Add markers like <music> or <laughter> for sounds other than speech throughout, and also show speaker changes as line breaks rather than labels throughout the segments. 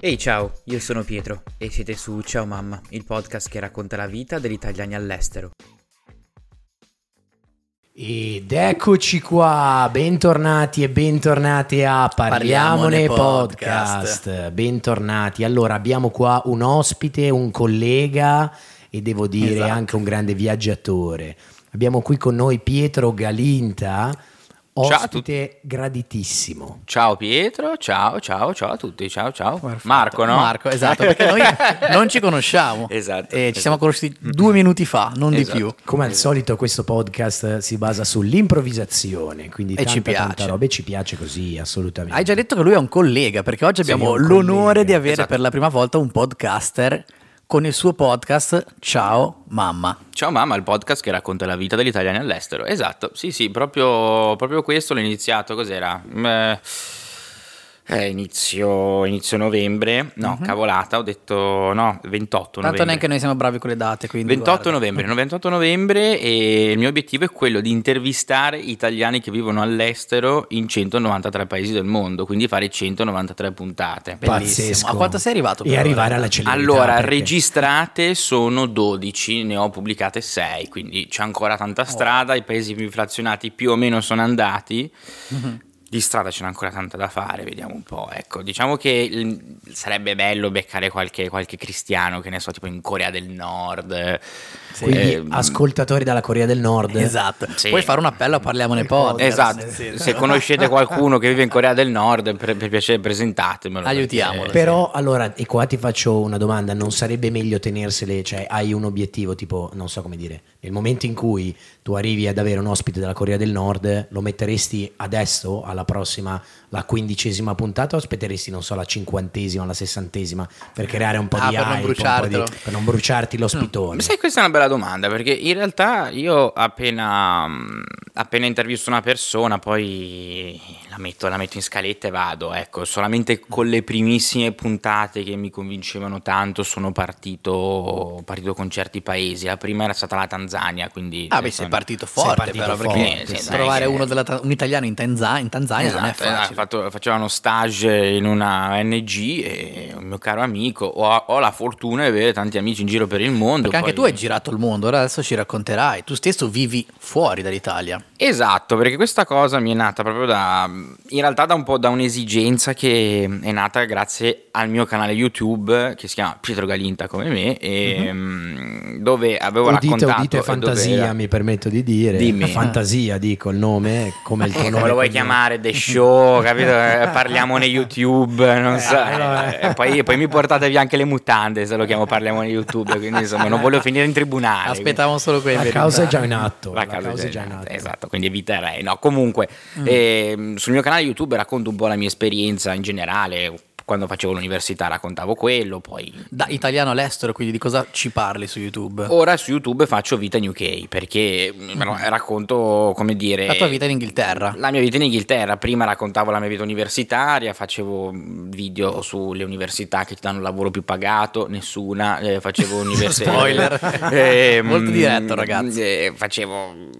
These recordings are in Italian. Ehi ciao, io sono Pietro e siete su Ciao Mamma, il podcast che racconta la vita degli italiani all'estero.
Ed eccoci qua, bentornati e bentornate a Parliamone,
Parliamone
podcast.
Podcast.
Bentornati. Allora, abbiamo qua un ospite, un collega e devo dire
Esatto.
anche un grande viaggiatore. Abbiamo qui con noi Pietro Galinta,
Ciao a
ospite graditissimo.
Ciao Pietro, ciao ciao ciao a tutti, ciao ciao.
Oh, Perfetto.
Marco, no?
Marco, esatto,
<laughs>
perché noi non ci conosciamo.
Esatto,
E
esatto.
ci siamo conosciuti due minuti fa, non
Esatto.
di più.
Come al solito questo podcast si basa sull'improvvisazione, quindi
E
tanta,
ci
tanta
piace.
roba e ci piace così, assolutamente.
Hai già detto che lui è un collega, perché oggi
Sì,
abbiamo
è un
l'onore
collega.
di avere
Esatto.
per la prima volta un podcaster con il suo podcast Ciao Mamma.
Ciao mamma, il podcast che racconta la vita degli italiani all'estero. Esatto, sì sì, proprio, proprio questo l'ho iniziato, cos'era? Mm, eh, eh, inizio, inizio novembre, no, cavolata, ho detto no, 28
Mhm. Tanto
novembre.
neanche noi siamo bravi con le date, quindi
28
guarda.
novembre, 98 novembre e il mio obiettivo è quello di intervistare italiani che vivono all'estero in 193 paesi del mondo, quindi fare 193 puntate.
Bellissimo.
Pazzesco.
A quanto sei arrivato? per
E
ora?
arrivare alla celebrità.
Allora,
perché-
registrate sono 12, ne ho pubblicate 6, quindi c'è ancora
Oh.
tanta strada, i paesi più inflazionati più o meno sono andati.
Mm-hmm.
Di strada ce n'è ancora tanta da fare, vediamo un po'. Ecco, diciamo che il- sarebbe bello beccare qualche, qualche cristiano, che ne so, tipo in Corea del Nord.
Quindi
eh,
ascoltatori dalla Corea del Nord.
Esatto.
Sì.
Puoi fare un appello a Parliamone Podcast.
Esatto,
nel senso.
se <laughs> conoscete qualcuno che vive in Corea del Nord, per, per piacere presentatemelo. perché-
Aiutiamolo.
Però allora, e qua ti faccio una domanda, non sarebbe meglio tenersele, cioè hai un obiettivo tipo, non so come dire, nel momento in cui tu arrivi ad avere un ospite dalla Corea del Nord, lo metteresti adesso alla prossima, la quindicesima puntata o aspetteresti, non so, la cinquantesima, la sessantesima per creare un po'
Ah,
di
per non
hype, un po' di-
bruciartelo.
per non bruciarti lo spitone?
Ma sai, questa è una bella domanda perché in realtà io appena, mh, appena intervisto una persona poi la metto, la metto in scaletta e vado, ecco, solamente con le primissime puntate che mi convincevano tanto sono partito, partito con certi paesi, la prima era stata la Tanzania, quindi...
Ah, beh,
insomma,
sei partito forte,
partito
però,
forte,
perché
sì, sì.
trovare
Dai, che-
uno della Ta- un italiano in, Tanza- in Tanzania non è
Esatto, eh,
facile.
fatto- facevano stage in una ONG e un mio caro amico, ho, ho la fortuna di avere tanti amici in giro per il mondo.
Perché anche tu
poi-
hai girato il mondo, ora adesso ci racconterai. Tu stesso vivi fuori dall'Italia.
Esatto, perché questa cosa mi è nata proprio da. In realtà da un po' da un'esigenza che è nata grazie al mio canale YouTube che si chiama Pietro Galinta come me,
Mhm.
e, mm, dove avevo
Udite,
raccontato.
udite
e dove era-
fantasia, mi permetto di dire.
Dimmi.
Fantasia, dico il nome, come il tuo nome.
Eh, Come lo vuoi
quindi-
chiamare? The Show, capito? Eh, Parliamone YouTube, non so.
allora.
E poi, poi mi portate via anche le mutande se lo chiamo Parliamone YouTube, quindi insomma non voglio finire in tribunale. quindi-
Aspettavamo solo quello.
La causa è già in atto.
La causa è già in atto, Esatto, quindi eviterei. No, comunque, ehm, sul mio canale YouTube racconto un po' la mia esperienza in generale. Quando facevo l'università raccontavo quello, poi...
Da italiano all'estero, quindi di cosa ci parli su YouTube?
Ora su YouTube faccio vita in UK perché mm, ra- racconto, come dire...
La tua vita in Inghilterra.
La mia vita in Inghilterra, prima raccontavo la mia vita universitaria, facevo mm, video sulle università che ti danno il lavoro più pagato, nessuna, eh,
<laughs>
facevo università.
Spoiler. Molto diretto, ragazzi.
eh, facevo,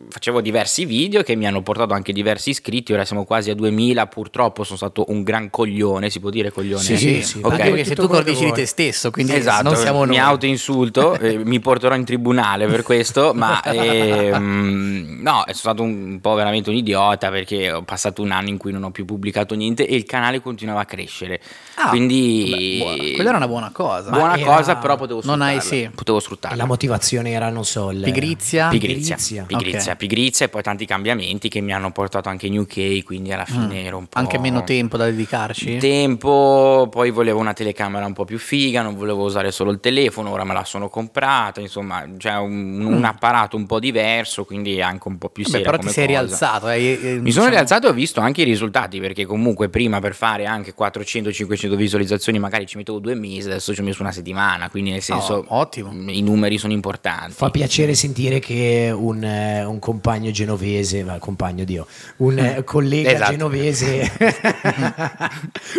facevo diversi video che mi hanno portato anche diversi iscritti, ora siamo quasi a 2000, purtroppo sono stato un gran coglione, si può dire coglione?
Sì, sì, sì.
Ok.
Eh, Anche perché sei
Tutto
tu
quello
cordici
che
di
vuoi.
te stesso, quindi
Esatto,
non siamo noi.
mi
<laughs>
autoinsulto, eh, mi porterò in tribunale per questo, ma ehm, no, sono stato un po' veramente un idiota perché ho passato un anno in cui non ho più pubblicato niente e il canale continuava a crescere.
Ah,
Quindi
vabbè, buona. quella era una buona cosa.
buona
era-
cosa, però potevo
Non
sfruttarla.
hai- sì.
Potevo
E
sfruttarla.
La motivazione era, non so, il...
Pigrizia.
Pigrizia,
pigrizia.
pigrizia, pigrizia,
Ok.
e poi tanti cambiamenti che mi hanno portato anche in UK, quindi alla fine ero un po'
Mm. Anche meno tempo da dedicarci.
tempo, poi volevo una telecamera un po' più figa, non volevo usare solo il telefono, ora me la sono comprata, insomma, c'è un, un apparato un po' diverso, quindi è anche un po' più
Beh,
serio.
Mm. però ti sei rialzato. hai- eh,
Mi sono
diciamo-
rialzato e ho visto anche i risultati, perché comunque prima per fare anche 400-500 visualizzazioni magari ci mettevo due mesi, adesso ci ho messo una settimana, quindi nel senso Mm.
Oh, ottimo.
mh, i numeri sono importanti.
Fa piacere sentire che un, eh, un compagno genovese, ma compagno Dio, un eh, collega
Esatto. <laughs>
genovese,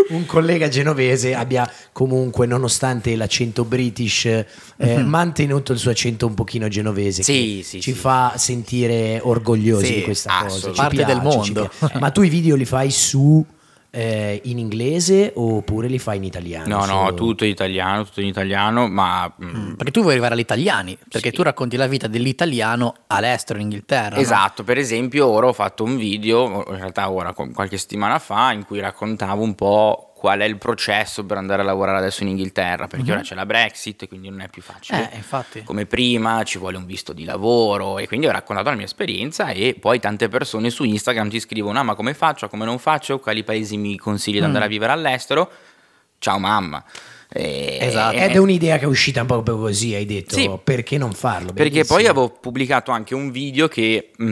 un collega genovese abbia comunque, nonostante l'accento british, eh, mantenuto il suo accento un pochino genovese.
Mhm. Sì,
che
sì,
ci
sì.
fa sentire orgogliosi
Sì,
di questa cosa.
assolutamente.
Ci
Eh.
Parte del
piace, ci
mondo.
piace. Ma tu i video li fai su eh, in inglese oppure li fai in italiano?
No, no,
solo?
tutto in italiano, tutto in italiano, ma mm,
Perché tu vuoi arrivare agli italiani, perché
Sì.
tu racconti la vita dell'italiano all'estero, in Inghilterra. Ah, no?
Esatto, per esempio ora ho fatto un video, in realtà ora qu- qualche settimana fa, in cui raccontavo un po' qual è il processo per andare a lavorare adesso in Inghilterra, perché ora c'è la Brexit, quindi non è più facile.
Mhm. Eh, infatti.
Come prima ci vuole un visto di lavoro e quindi ho raccontato la mia esperienza e poi tante persone su Instagram ti scrivono "Ah, ma come faccio? Come non faccio? Quali paesi mi consigli di
Mm.
andare a vivere all'estero?" Ciao mamma. E-
Esatto.
Ed è un'idea che è uscita un po' proprio così, hai detto,
Sì.
perché non farlo?
Perché
Bellissimo.
poi avevo pubblicato anche un video che mh,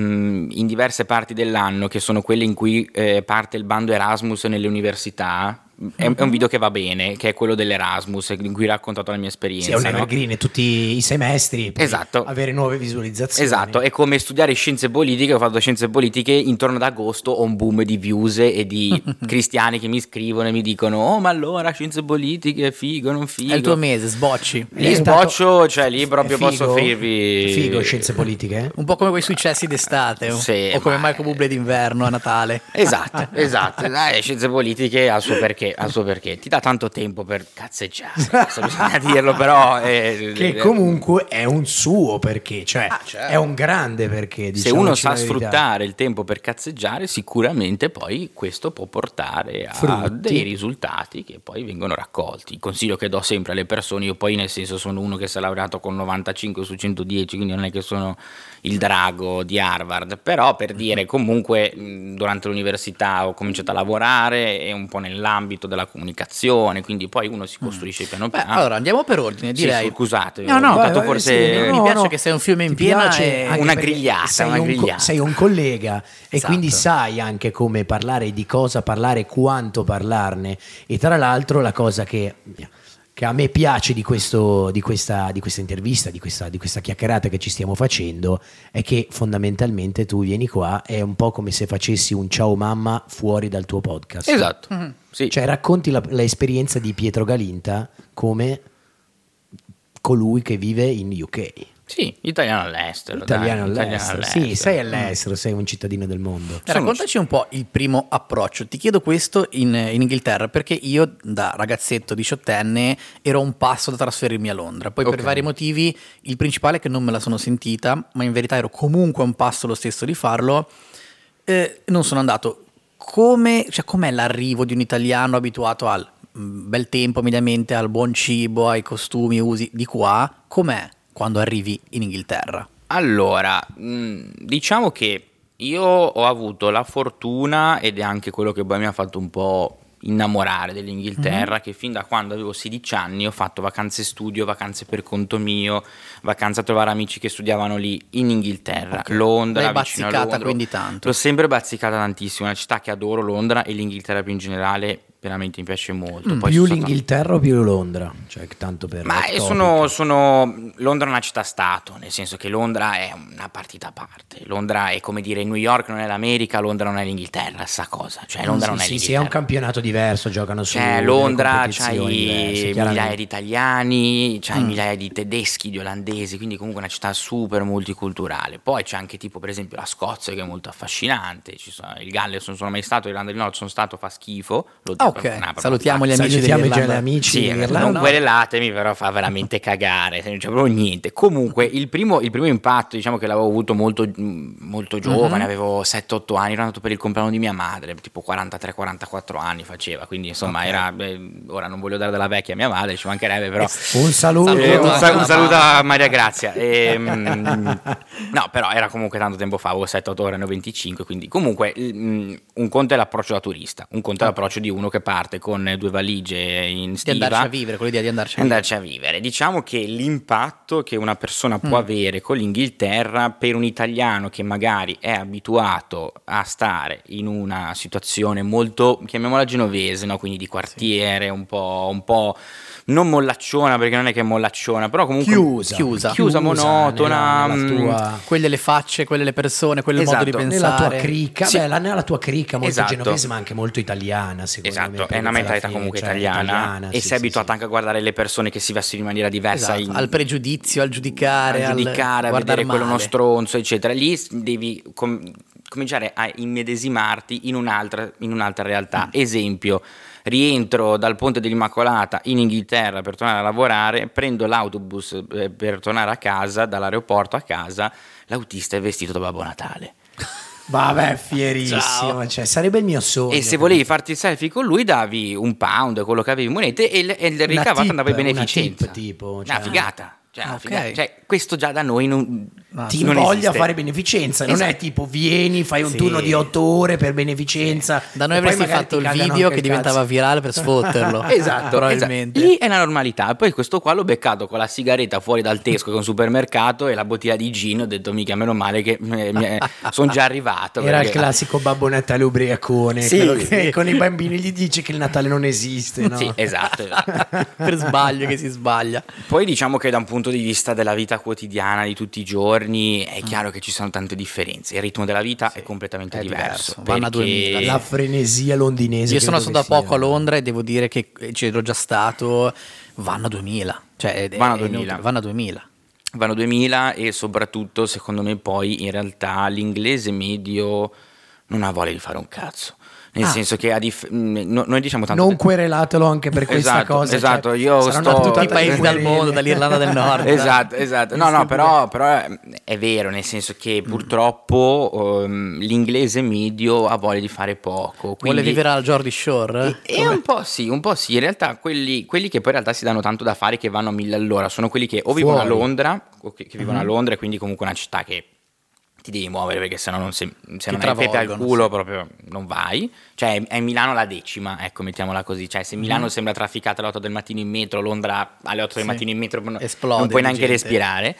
in diverse parti dell'anno, che sono quelle in cui eh, parte il bando Erasmus nelle università, è, è
Mhm.
un video che va bene, che è quello dell'Erasmus, in cui ho raccontato la mia
Sì,
esperienza.
è un
no?
evergreen tutti i semestri. per
Esatto.
Avere nuove visualizzazioni.
Esatto, è come studiare scienze politiche, ho fatto scienze politiche, intorno ad agosto ho un boom di views e
<laughs>
di cristiani che mi scrivono e mi dicono "Oh, ma allora scienze politiche, figo, non figo?"
È il tuo mese, sbocci.
Lì
Eh, intanto-
sboccio, cioè lì
È
proprio
figo?
posso offrirvi
Figo, scienze politiche. eh?
Un po' come quei successi d'estate
Sì,
o come
ma-
Michael Bublé d'inverno a Natale.
<laughs> Esatto, esatto. Eh, scienze politiche ha il suo perché, ha il suo perché. Ti dà tanto tempo per cazzeggiare, adesso bisogna <laughs> dirlo però. eh, Ah, certo.
Che comunque è un suo perché, cioè è un grande perché.
Se
Diciamo
uno
diciamoci
sa
la verità.
sfruttare il tempo per cazzeggiare, sicuramente poi questo può portare a
Frutti.
dei risultati che poi vengono raccolti. Il consiglio che do sempre alle persone, io poi nel senso sono uno che si è laureato con 95 su 110, quindi non è che sono il drago di Harvard, però per
Mhm.
dire comunque mh, durante l'università ho cominciato a lavorare e un po' nell'ambito della comunicazione, quindi poi uno si costruisce piano
Mm. Beh,
piano.
allora andiamo per ordine,
Ah. Sì,
direi.
scusate,
No, no,
ho
Vai,
buttato
vai,
forse...
sì,
Mi piace che sei un fiume in
Ti
piena
piace
e-
anche
Una
perché
grigliata,
sei
una
un co-
grigliata.
sei un collega e
Esatto.
quindi sai anche come parlare, di cosa parlare, quanto parlarne. E tra l'altro la cosa che, che a me piace di, questo- di questa, di questa intervista, di questa, di questa chiacchierata che ci stiamo facendo, è che fondamentalmente tu vieni qua, è un po' come se facessi un ciao mamma fuori dal tuo podcast.
Esatto,
Mm.
sì.
Cioè racconti la- l'esperienza di Pietro Galinta come colui che vive in UK.
Sì, italiano all'estero. dai,
Italiano all'estero. Sì, sei all'estero, sei un cittadino del mondo.
Eh, Raccontaci un po' il primo approccio. Ti chiedo questo in, in Inghilterra perché io da ragazzetto diciottenne ero a un passo da trasferirmi a Londra. Poi
Ok.
per vari motivi, il principale è che non me la sono sentita, ma in verità ero comunque a un passo lo stesso di farlo. eh, non sono andato. Come, cioè, com'è l'arrivo di un italiano abituato al mm, bel tempo mediamente, al buon cibo, ai costumi, usi di qua? Com'è quando arrivi in Inghilterra?
Allora, mh, diciamo che io ho avuto la fortuna, ed è anche quello che poi mi ha fatto un po' innamorare dell'Inghilterra,
Mhm.
che fin da quando avevo 16 anni ho fatto vacanze studio, vacanze per conto mio, vacanze a trovare amici che studiavano lì in Inghilterra,
Ok.
Londra,
L'hai
vicino a
bazzicata
Londra.
quindi tanto.
L'ho sempre bazzicata tantissimo, è una città che adoro, Londra e l'Inghilterra più in generale, veramente mi piace molto.
Mm.
Poi
più
sono stato-
l'Inghilterra o più Londra? Cioè, tanto per
Ma
off
eh,
topic.
sono, sono- Londra è una città-stato, nel senso che Londra è una partita a parte. Londra è come dire New York non è l'America, Londra non è l'Inghilterra, sta cosa. Cioè Londra
Mm,
non
sì,
è
sì, sì, è
l'Inghilterra.
un campionato diverso, giocano su
Cioè
delle
Londra
competizioni diverse,
c'hai
chiaramente. Mm.
migliaia di italiani, c'hai migliaia di tedeschi, di olandesi, quindi comunque una città super multiculturale. Poi c'è anche tipo per esempio la Scozia che è molto affascinante, ci sono- il Galles non sono mai stato, l'Irlanda del Nord sono stato, fa schifo. Lo
Ah,
dico,
ok,
no, proprio-
salutiamo gli amici
Salutiamo i già
dell'Irlanda.
amici
sì,
dell'Irlanda.
non querelatemi, però fa veramente cagare, cioè, non c'è proprio niente. Comunque, il primo, il primo impatto, diciamo che l'avevo avuto molto, molto giovane, avevo 7-8 anni, ero andato per il compleanno di mia madre, tipo 43-44 anni faceva, quindi insomma era, beh, ora non voglio dare della vecchia a mia madre, ci mancherebbe però...
Un saluto.
Eh, un, sa- un
Mamma.
saluto a Maria Grazia. Ehm, <laughs> no, però era comunque tanto tempo fa, avevo 7-8 ore, ne ho 25, quindi comunque il- mm, un conto è l'approccio da turista, un conto è l'approccio di uno che parte con due valigie in
Ah. Di
stiva
andarci a vivere, quell'idea di
Cioè,
andarci a vivere.
andarci a vivere. Diciamo che l'impatto che una persona
Mm.
può avere con l'Inghilterra per un italiano che magari è abituato a stare in una situazione molto, chiamiamola genovese, no? quindi di quartiere, un, po', un po' non mollacciona, perché non è che è mollacciona, però comunque
Chiusa,
chiusa, monotona.
nella,
mm,
nella tua,
quelle le facce, quelle le persone, quello il modo di
Esatto.
pensare.
nella tua cricca,
Sì.
beh, la- nella tua cricca molto
Esatto.
genovese, ma anche molto italiana. Secondo me,
Esatto,
perché
è una
alla
mentalità
fine,
comunque
cioè,
italiana, e
sì,
sei
sì,
abituata
sì.
anche a guardare le persone che si vestono in maniera diversa
Esatto,
in-
al pregiudizio, al giudicare,
a
al
giudicare, a
guardare
vedere quello
male.
uno stronzo, eccetera. Lì s- devi com- cominciare a immedesimarti in un'altra, in un'altra
Mm.
realtà. Esempio, rientro dal ponte dell'Immacolata in Inghilterra per tornare a lavorare, prendo l'autobus eh, per tornare a casa, dall'aeroporto a casa, l'autista è vestito da Babbo Natale.
Vabbè, fierissimo. Cioè, sarebbe il mio sogno.
E se volevi farti il selfie con lui davi un pound, quello che avevi in monete e, il- e il
Una
ricavato
tip,
andava in
una
beneficenza.
tip, tipo,
Una
cioè-
figata. Cioè, una
Ah, ok.
figata. Cioè, questo già da noi non,
ti
non
voglia
esiste.
fare beneficenza, non
Esatto.
è tipo vieni, fai un turno di otto ore per beneficenza.
Da noi
e poi
avresti
magari
fatto
ti
il
cagano
video
anche
che
il
diventava
cazzo.
virale per <laughs> sfotterlo.
<laughs> Esatto,
probabilmente.
esatto. Lì è la normalità. E poi questo qua l'ho beccato con la sigaretta fuori dal Tesco, che è un supermercato, e la bottiglia di gin. Ho detto, mica, meno male che sono già arrivato.
<laughs> Era il
perché-
classico babbo Natale ubriacone,
Sì.
quello che <laughs> con i bambini gli dice che il Natale non esiste,
<laughs>
no?
Sì, esatto, esatto.
<laughs> per sbaglio che si sbaglia.
Poi diciamo che da un punto di vista della vita quotidiana di tutti i giorni è chiaro che ci sono tante differenze. Il ritmo della vita è completamente
è
diverso.
diverso, vanno a
perché-
2000.
La frenesia londinese.
Io sono
credo
stato
che
da poco
sia.
a Londra e devo dire che eh, c'ero già stato. Vanno a 2000. Cioè, è- è-
Vanno Oh, a
è
2000.
inutile, Vanno a 2000.
Vanno 2000 e soprattutto secondo me poi in realtà l'inglese medio non ha voglia di fare un cazzo. Nel
Ah.
senso che a dif- mh, no- noi diciamo tanto...
Non querelatelo anche per questa
Esatto,
cosa.
esatto,
cioè,
io
sarà una
sto-
puntata
Tutti i
di
paesi dal
querele.
mondo, dall'Irlanda
<laughs>
del Nord.
Esatto, esatto. No, no, però, però è- è vero, nel senso che
Mm.
purtroppo ehm, l'inglese medio ha voglia di fare poco.
Vuole
quindi-
vivere al Jordi Shore?
E un po' sì, un po' sì. In realtà quelli, quelli che poi in realtà si danno tanto da fare che vanno a mille all'ora sono quelli che o vivono a
Fuori.
Londra, o che, che vivono a
Mm-hmm.
Londra e quindi comunque una città che ti devi muovere perché sennò non se, se
Ti
non hai pepe al
travolgono,
culo proprio non vai. Cioè è Milano la decima, ecco, mettiamola così. Cioè se
Mm-hmm.
Milano sembra trafficata alle 8 del mattino in metro, Londra alle 8 del
Sì.
mattino in metro non-
Esplode
non puoi
di
neanche
gente.
respirare.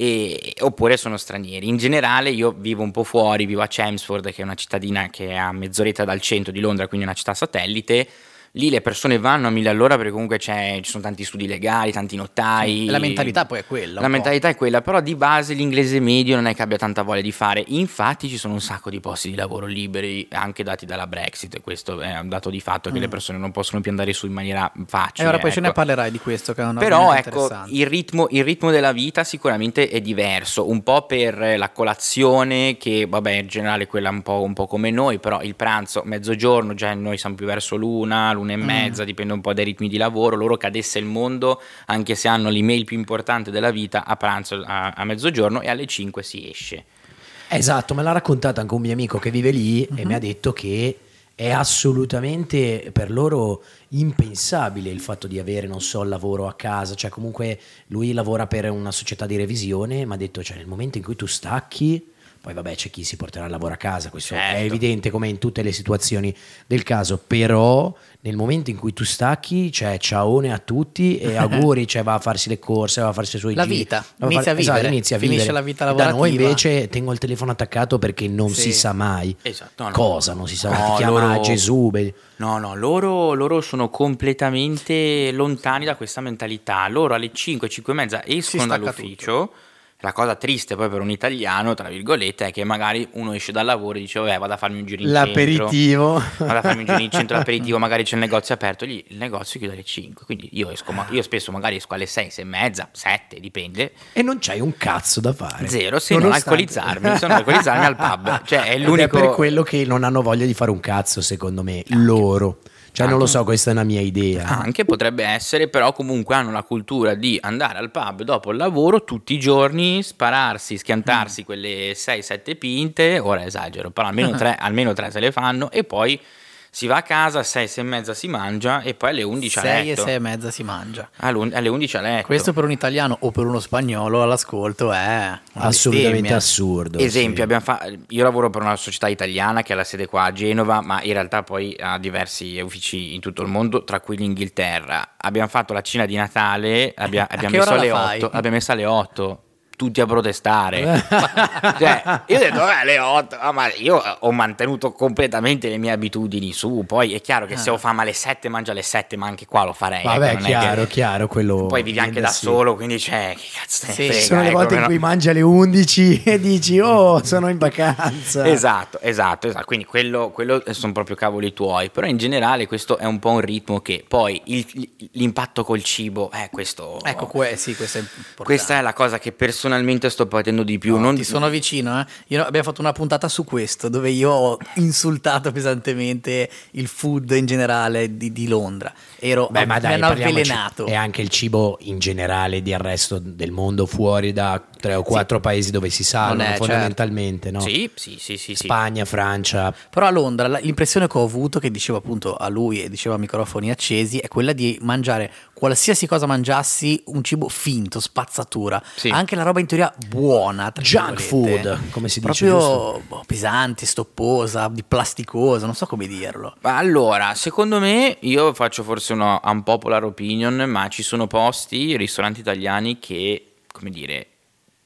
E- oppure sono stranieri. In generale, io vivo un po' fuori, vivo a Chelmsford, che è una cittadina che è a mezz'oretta dal centro di Londra, quindi una città satellite. Lì le persone vanno a mille all'ora perché comunque c'è- ci sono tanti studi legali, tanti notai.
E la mentalità poi è quella, un
La
po'.
mentalità è quella, però di base l'inglese medio non è che abbia tanta voglia di fare. Infatti ci sono un sacco di posti di lavoro liberi, anche dati dalla Brexit. e Questo è un dato di fatto che le persone non possono più andare su in maniera facile.
Mm. E ora poi ce ne
ecco.
parlerai di questo, che è una
Però
argomento
ecco,
interessante.
il ritmo, il ritmo della vita sicuramente è diverso, un po' per eh, la colazione, che vabbè in generale è quella un po', un po' come noi, però il pranzo, mezzogiorno, già noi siamo più verso l'una, l'una e mezza, dipende un po' dai ritmi di lavoro, loro cadesse il mondo, anche se hanno l'email più importante della vita, a pranzo a, a mezzogiorno e alle 5 si esce.
Esatto, me l'ha raccontato anche un mio amico che vive lì e
Mhm.
mi ha detto che è assolutamente per loro impensabile il fatto di avere, non so, il lavoro a casa, cioè comunque lui lavora per una società di revisione, ma ha detto, cioè nel momento in cui tu stacchi, poi vabbè c'è chi si porterà il lavoro a casa, questo è
Certo.
evidente come in tutte le situazioni del caso, però nel momento in cui tu stacchi, cioè ciaone a tutti
<laughs>
e auguri, cioè va a farsi le corse, va a farsi i suoi
La
giri,
vita,
va a fare-
inizia a
esatto,
vivere,
inizia a
finisce
vivere.
la vita
Da noi
lavorativa.
invece cioè, tengo il telefono attaccato perché non
Sì.
si sa mai
Esatto, no, no.
cosa, non si sa mai.
No,
Ti chiama
loro-
Gesù. beh,
No, no, loro, loro sono completamente lontani da questa mentalità. Loro alle 5, 5 e mezza escono
stacca
dall'ufficio. La cosa triste poi per un italiano, tra virgolette, è che magari uno esce dal lavoro e dice, vabbè, vado a farmi un giro in
L'aperitivo.
centro. Vado a farmi un giro in centro, l'aperitivo, magari c'è il negozio aperto. Lì il negozio chiude alle 5, quindi io esco, ma io spesso magari esco alle 6, 6 e mezza, 7, dipende.
<laughs> E non c'hai un cazzo da fare.
Zero, se non alcolizzarmi, se non alcolizzarmi al
<laughs>
pub. Cioè, è
Ed
l'unico-
per quello che non hanno voglia di fare un cazzo, secondo me, loro. Cioè, non lo so, questa è una mia idea.
Ah, Anche potrebbe essere, però comunque hanno la cultura di andare al pub dopo il lavoro tutti i giorni, spararsi,
Mm.
schiantarsi quelle 6-7 pinte, ora esagero, però almeno
Ah.
3 almeno tre se le fanno e poi si va a casa, 6, 6 e mezza si mangia e poi alle 11 a
6 e
letto. Ecco.
6 e mezza si mangia.
All'un- alle 11 a letto.
Questo per un italiano o per uno spagnolo all'ascolto è una
Assolutamente
bestemmia.
assurdo.
Esempio,
sì.
abbiamo fa- io lavoro per una società italiana che ha la sede qua a Genova, ma in realtà poi ha diversi uffici in tutto il mondo, tra cui l'Inghilterra. Abbiamo fatto la cena di Natale,
<laughs>
abbia- abbiamo,
che
messo
ora la
alle
fai?
8, abbiamo messo alle 8. Tutti a
<laughs>
protestare, cioè, io ho detto, "Vabbè, alle 8, ah, ma io ho mantenuto completamente le mie abitudini su. Poi è chiaro che se ho fame alle 7, mangio alle 7, ma anche qua lo farei.
Ah. Vabbè,
ecco, non è
chiaro,
che-
chiaro. Quello
Poi vivi anche
eh,
da
sì.
solo, quindi cioè, che cazzo te ne
Sì,
frega,
Ci sono le
ecco,
volte in
però-
cui mangi alle 11 <laughs> e dici, oh, sono in vacanza.
Esatto, esatto, esatto. Quindi quello, quello sono proprio cavoli tuoi. Però in generale questo è un po' un ritmo che poi il- l'impatto col cibo è questo.
Ecco, que- sì, questo è importante.
questa è la cosa che personalmente sto patendo di più.
No,
non
ti sono vicino, eh. Io- abbiamo fatto una puntata su questo dove io ho insultato pesantemente il food in generale di, di Londra. Ero,
Beh, ma dai,
mi hanno
parliamoci. Eh,
avvelenato.
E anche il cibo in generale di resto del mondo, fuori da tre o quattro paesi dove si salgono,
Non è, certo.
fondamentalmente, no?
Sì, sì, sì, sì. sì.
Spagna, Francia,
Però a Londra la- l'impressione che ho avuto, che dicevo appunto a lui e diceva a microfoni accesi, è quella di mangiare qualsiasi cosa mangiassi, un cibo finto, spazzatura.
Sì.
Anche la roba in teoria buona. tra
Junk
virgolette.
food, come si dice,
Proprio
giusto?
boh, pesante, stopposa, di plasticosa, non so come dirlo.
Ma Allora, secondo me, io faccio forse una unpopular opinion, ma ci sono posti, ristoranti italiani che, come dire,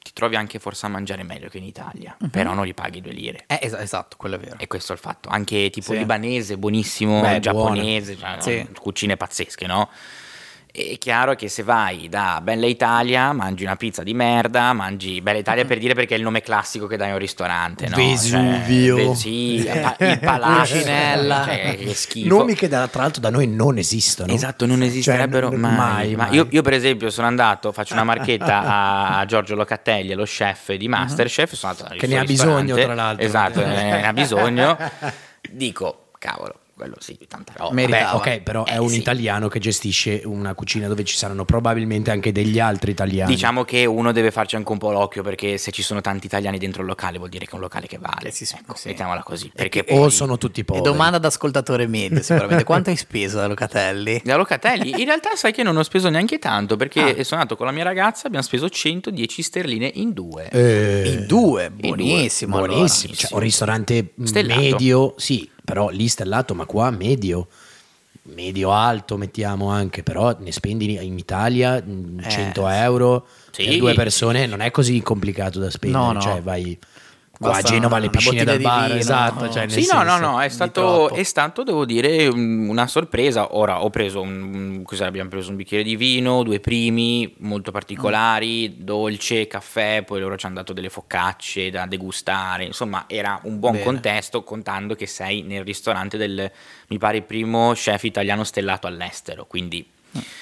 ti trovi anche forse a mangiare meglio che in Italia,
Mhm.
però non li paghi due lire.
Eh, es- esatto, quello è vero.
E questo è il fatto, anche tipo
Sì.
libanese, buonissimo,
Beh,
giapponese, cioè,
Sì.
cucine pazzesche, no? È chiaro che se vai da Bella Italia, mangi una pizza di merda, mangi Bella Italia per dire perché è il nome classico che dai a un ristorante, no? Cioè,
Vesuvio.
beh, sì, il pa- il palazzo,
Pulcinella.
cioè, che schifo.
nomi che da- tra l'altro da noi non esistono.
Esatto, non
Cioè,
esisterebbero
non-
mai.
mai,
Ma
mai.
Io, io, per esempio, sono andato, faccio una marchetta
<laughs>
a, a Giorgio Locatelli, lo chef di Masterchef. Sono andato al
Uh-huh. Che ne
suo
ha bisogno,
ristorante.
tra l'altro.
Esatto, ne ne ha
<laughs>
bisogno. Dico, cavolo, quello sì, tanta roba.
Beh,
Meritava.
ok, però è
Eh,
un
sì.
italiano che gestisce una cucina dove ci saranno probabilmente anche degli altri italiani.
Diciamo che uno deve farci anche un po' l'occhio perché se ci sono tanti italiani dentro il locale vuol dire che è un locale che vale.
Eh sì, sì,
Ecco,
sì.
Mettiamola così. Perché
o
poi-
sono tutti
E
poveri.
domanda da ascoltatore medio, sicuramente. Quanto hai speso da Locatelli?
Da Locatelli, in realtà sai che non ho speso neanche tanto perché
Ah.
sono andato con la mia ragazza, abbiamo speso 110 sterline in due.
Eh,
I due, buonissimo. allora.
buonissimo. Cioè, un ristorante mm,
Stellato.
medio, sì, però lì stellato, ma qua medio. Medio alto mettiamo anche, però ne spendi in Italia mm,
Eh,
100 euro
Sì.
per due persone, non è così complicato da spendere.
No, no.
Cioè, vai qua
Basta
a Genova le
una
piscine
bottiglia
da
di
bar,
vino,
esatto.
no.
cioè, nel
Sì, no, no,
senso-
no, è
di
stato,
troppo.
è stato, devo dire, un- una sorpresa. Ora ho preso, un, un- cos'era? abbiamo preso un bicchiere di vino, due primi molto particolari,
Mm.
dolce, caffè, poi loro ci hanno dato delle focacce da degustare, insomma era un buon
Bene.
contesto contando che sei nel ristorante del, mi pare, primo chef italiano stellato all'estero, quindi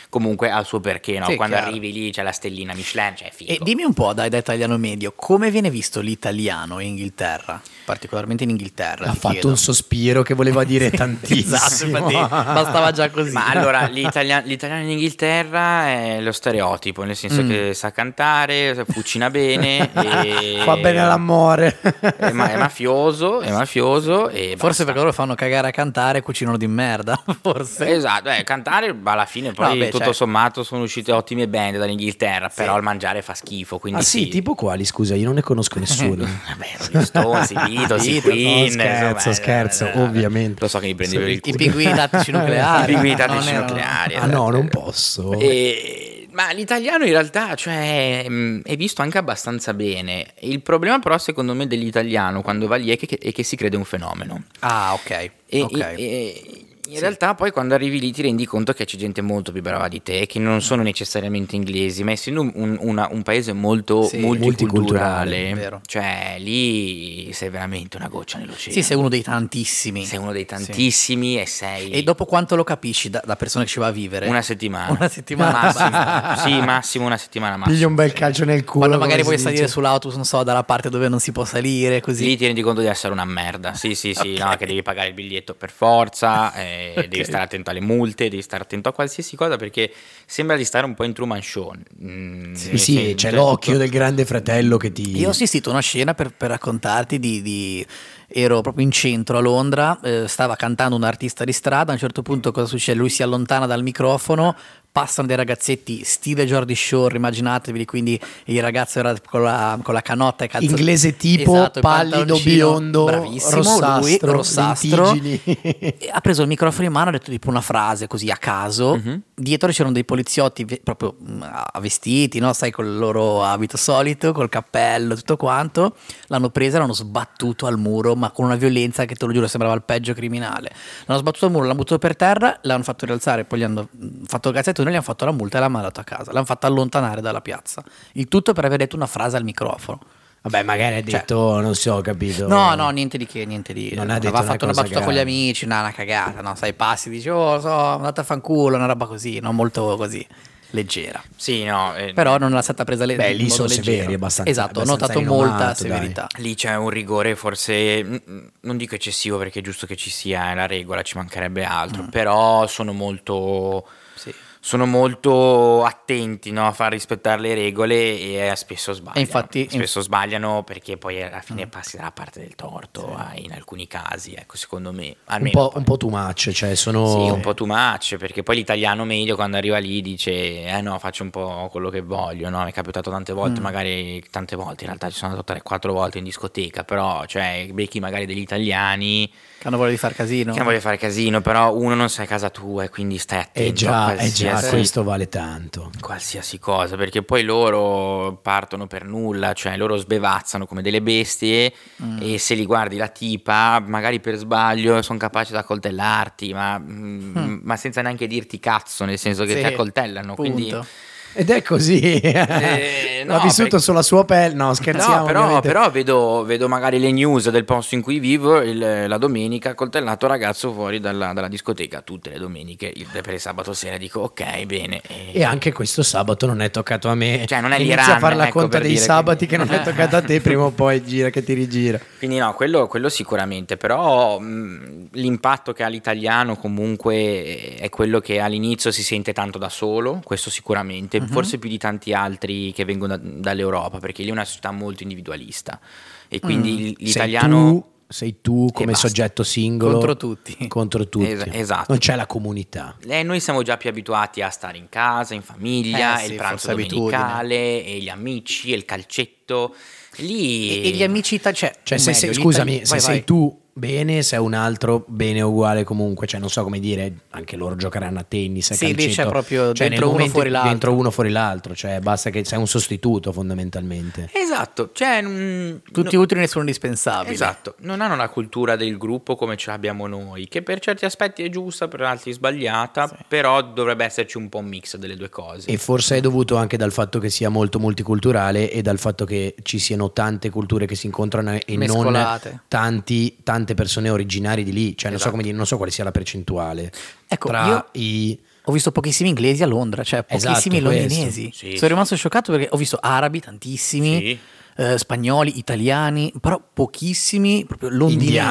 comunque ha il suo perché, no?
Mm. Sì,
quando
chiaro.
arrivi lì c'è la stellina Michelin, cioè è figo.
E dimmi un po', dai, da italiano medio, come viene visto l'italiano in Inghilterra? Particolarmente in Inghilterra.
Ha
ti
fatto
chiedo. <laughs>
un sospiro che voleva dire tantissimo.
Esatto, infatti,
<laughs>
bastava già così.
Ah. Ma allora, l'italia- l'italiano in Inghilterra è lo stereotipo, nel senso
Mm.
che sa cantare, cucina
<laughs>
bene, e-
Fa bene all'amore.
è, ma- è mafioso, è mafioso e
Forse
basta.
perché loro fanno cagare a cantare e cucinano di merda, <laughs> forse.
Esatto, eh, cantare ma alla fine poi
Vabbè,
tutto
cioè-
sommato sono uscite ottime band dall'Inghilterra, però il mangiare fa schifo, quindi
Ah sì, tipo quali, scusa, io non ne
<laughs>
conosco nessuno.
Vabbè, Rolling <laughs> Stones, i Beatles, i
Beatles,
Queen,
no, scherzo,
eh,
insomma,
scherzo, ovviamente.
Lo so che mi prendi per il
I
culo. <laughs>
pinguini <laughs> tattici
I
nucleari. eh.
pinguini
no,
tattici
non erano-
nucleari.
Ah no,
esatto.
non posso.
E- ma l'italiano in realtà cioè, mh, è visto anche abbastanza bene. Il problema però secondo me dell'italiano quando va lì è che, è che si crede un fenomeno.
Ah, ok.
E,
ok.
e- e- in realtà poi quando arrivi lì ti rendi conto che c'è gente molto più brava di te, che
Mm.
non sono necessariamente inglesi, ma essendo un, un- una- un paese molto
Sì,
multiculturale,
multiculturale, vero.
cioè lì sei veramente una goccia nell'oceano.
sì, sei uno dei tantissimi.
Sei uno dei
Sì.
tantissimi e sei...
E dopo quanto lo capisci da, da persona che ci va a vivere?
Una settimana.
Una settimana.
Massimo.
<laughs>
sì, massimo una settimana massimo.
Pigli un bel calcio nel culo.
Quando magari
come
puoi
si
salire
dice.
sull'autobus, non so, dalla parte dove non si può salire, così.
Lì ti rendi conto di essere una merda. Sì, sì, sì, no, che devi pagare il biglietto per forza,
<laughs>
eh, devi stare attento alle multe, devi stare attento a qualsiasi cosa perché sembra di stare un po' in Truman Show. Mm,
Sì, sì,
cioè,
c'è
tutto-
l'occhio del grande fratello che ti...
Io ho assistito a una scena per, per raccontarti di, di- Ero proprio in centro a Londra, eh, stava cantando un artista di strada, a un certo punto cosa succede? Lui si allontana dal microfono, passano dei ragazzetti stile Jordi Shore, immaginatevi, quindi il ragazzo era con la, con la canotta e calzoni.
Inglese tipo,
Esatto, il
pallido,
pantaloncino,
biondo,
bravissimo,
rossastro,
lui, rossastro
lentiggini.
e <laughs> ha preso il microfono in mano, ha detto tipo una frase così a caso. Dietro c'erano dei poliziotti ve- proprio mh, a- vestiti, no? sai, col loro abito solito, col cappello, tutto quanto. L'hanno presa, l'hanno sbattuto al muro, ma con una violenza che te lo giuro sembrava il peggio criminale. L'hanno sbattuto al muro, l'hanno buttato per terra, l'hanno fatto rialzare, poi gli hanno mh, fatto il gazzettone, gli hanno fatto la multa e l'hanno mandato a casa. L'hanno fatto allontanare dalla piazza. Il tutto per aver detto una frase al microfono.
<laughs> Vabbè, magari ha detto, non so, ho capito.
Cioè, No, no, niente di che, niente di.
Non ha detto
Aveva
una
fatto una
cosa
battuta con gli
grave.
amici, una, una cagata, no? Sai, passi, dici, oh, lo so, andate a fanculo, una roba così, no? Molto così. leggera.
Sì, no, eh,
Però non è stata presa le-
Beh,
in
lì
modo
sono
leggero.
severi abbastanza-
Esatto, ho
abbastanza
notato molta
rinomato, dai.
severità.
Lì c'è un rigore forse, mm, mm, non dico eccessivo perché è giusto che ci sia, è la regola, ci mancherebbe altro, però sono molto,
Sì.
sono molto attenti no, a far rispettare le regole e eh, spesso sbagliano.
infatti-
spesso sbagliano perché poi alla fine passi dalla parte del torto eh, in alcuni casi, ecco secondo me.
Un
Almeno
po', un po' too much, cioè sono...
Sì, un po' too much, perché poi l'italiano medio quando arriva lì dice, eh no, faccio un po' quello che voglio, no? Mi è capitato tante volte,
Mm.
magari tante volte, in realtà ci sono andato 3-4 volte in discoteca, però, cioè, becchi magari degli italiani
Che hanno voglia di far casino.
che non voglio fare casino, però uno non sei a casa tua e quindi stai attento
Eh già,
a
eh già,
qualsiasi,
questo vale tanto.
qualsiasi cosa, perché poi loro partono per nulla, cioè loro sbevazzano come delle bestie e se li guardi la tipa, magari per sbaglio sono capaci di accoltellarti, ma, mm, ma senza neanche dirti cazzo, nel senso che
Sì,
ti accoltellano, quindi...
punto.
Ed è così.
Eh,
<laughs> L'ha
no,
vissuto
perché-
sulla sua pelle. No, scherziamo.
No, però,
ovviamente.
però vedo, vedo magari le news del posto in cui vivo il- la domenica accoltellato ragazzo fuori dalla, dalla discoteca tutte le domeniche il- per il sabato sera dico ok bene e-
E anche questo sabato non è toccato a me.
Cioè, non è
Inizia
l'Iran,
a fare la
ecco,
conta
per
dei
dire,
sabati
quindi. <laughs>
che non è toccato a te, prima o poi gira che ti rigira.
Quindi no, quello, quello sicuramente, però mh, l'impatto che ha l'italiano comunque è quello che all'inizio si sente tanto da solo, questo sicuramente,
Mhm.
forse più di tanti altri che vengono da- dall'Europa, perché lì è una società molto individualista e
Mm.
quindi l'italiano...
Sei tu, sei tu come
basta.
soggetto singolo
Contro tutti.
contro tutti.
Es- esatto.
Non c'è la comunità.
Eh, noi siamo già più abituati a stare in casa, in famiglia,
Eh sì,
il pranzo
forse abitudine.
domenicale, e gli amici, e il calcetto. Lì...
E, e gli amici ita- cioè,
Cioè,
o
se sei-
meglio, gli
scusami,
itali-
se
vai,
sei
vai.
tu bene, se è un altro bene o uguale comunque, cioè non so come dire, anche loro giocheranno a tennis, a
Sì, lì
calcetto.
c'è proprio
Cioè, nel
dentro uno
momento-
fuori l'altro.
dentro uno fuori l'altro, cioè basta che sei un sostituto fondamentalmente.
Esatto, cioè... mm,
tutti utili, nessuno indispensabile.
Esatto, non hanno la cultura del gruppo come ce l'abbiamo noi, che per certi aspetti è giusta, per altri sbagliata, però dovrebbe esserci un po' un mix delle due cose.
E forse è dovuto anche dal fatto che sia molto multiculturale e dal fatto che ci siano tante culture che si incontrano e non
Mescolate.
tanti, tante persone originarie di lì. Cioè, non, so
Esatto.
come dire, non so quale sia la percentuale.
Ecco,
tra
io-
i.
Ho visto pochissimi inglesi a Londra, cioè pochissimi
Esatto, questo.
londinesi.
Sì,
Sono
sì.
rimasto scioccato perché ho visto arabi tantissimi,
Sì.
eh, spagnoli, italiani, però pochissimi, proprio
India-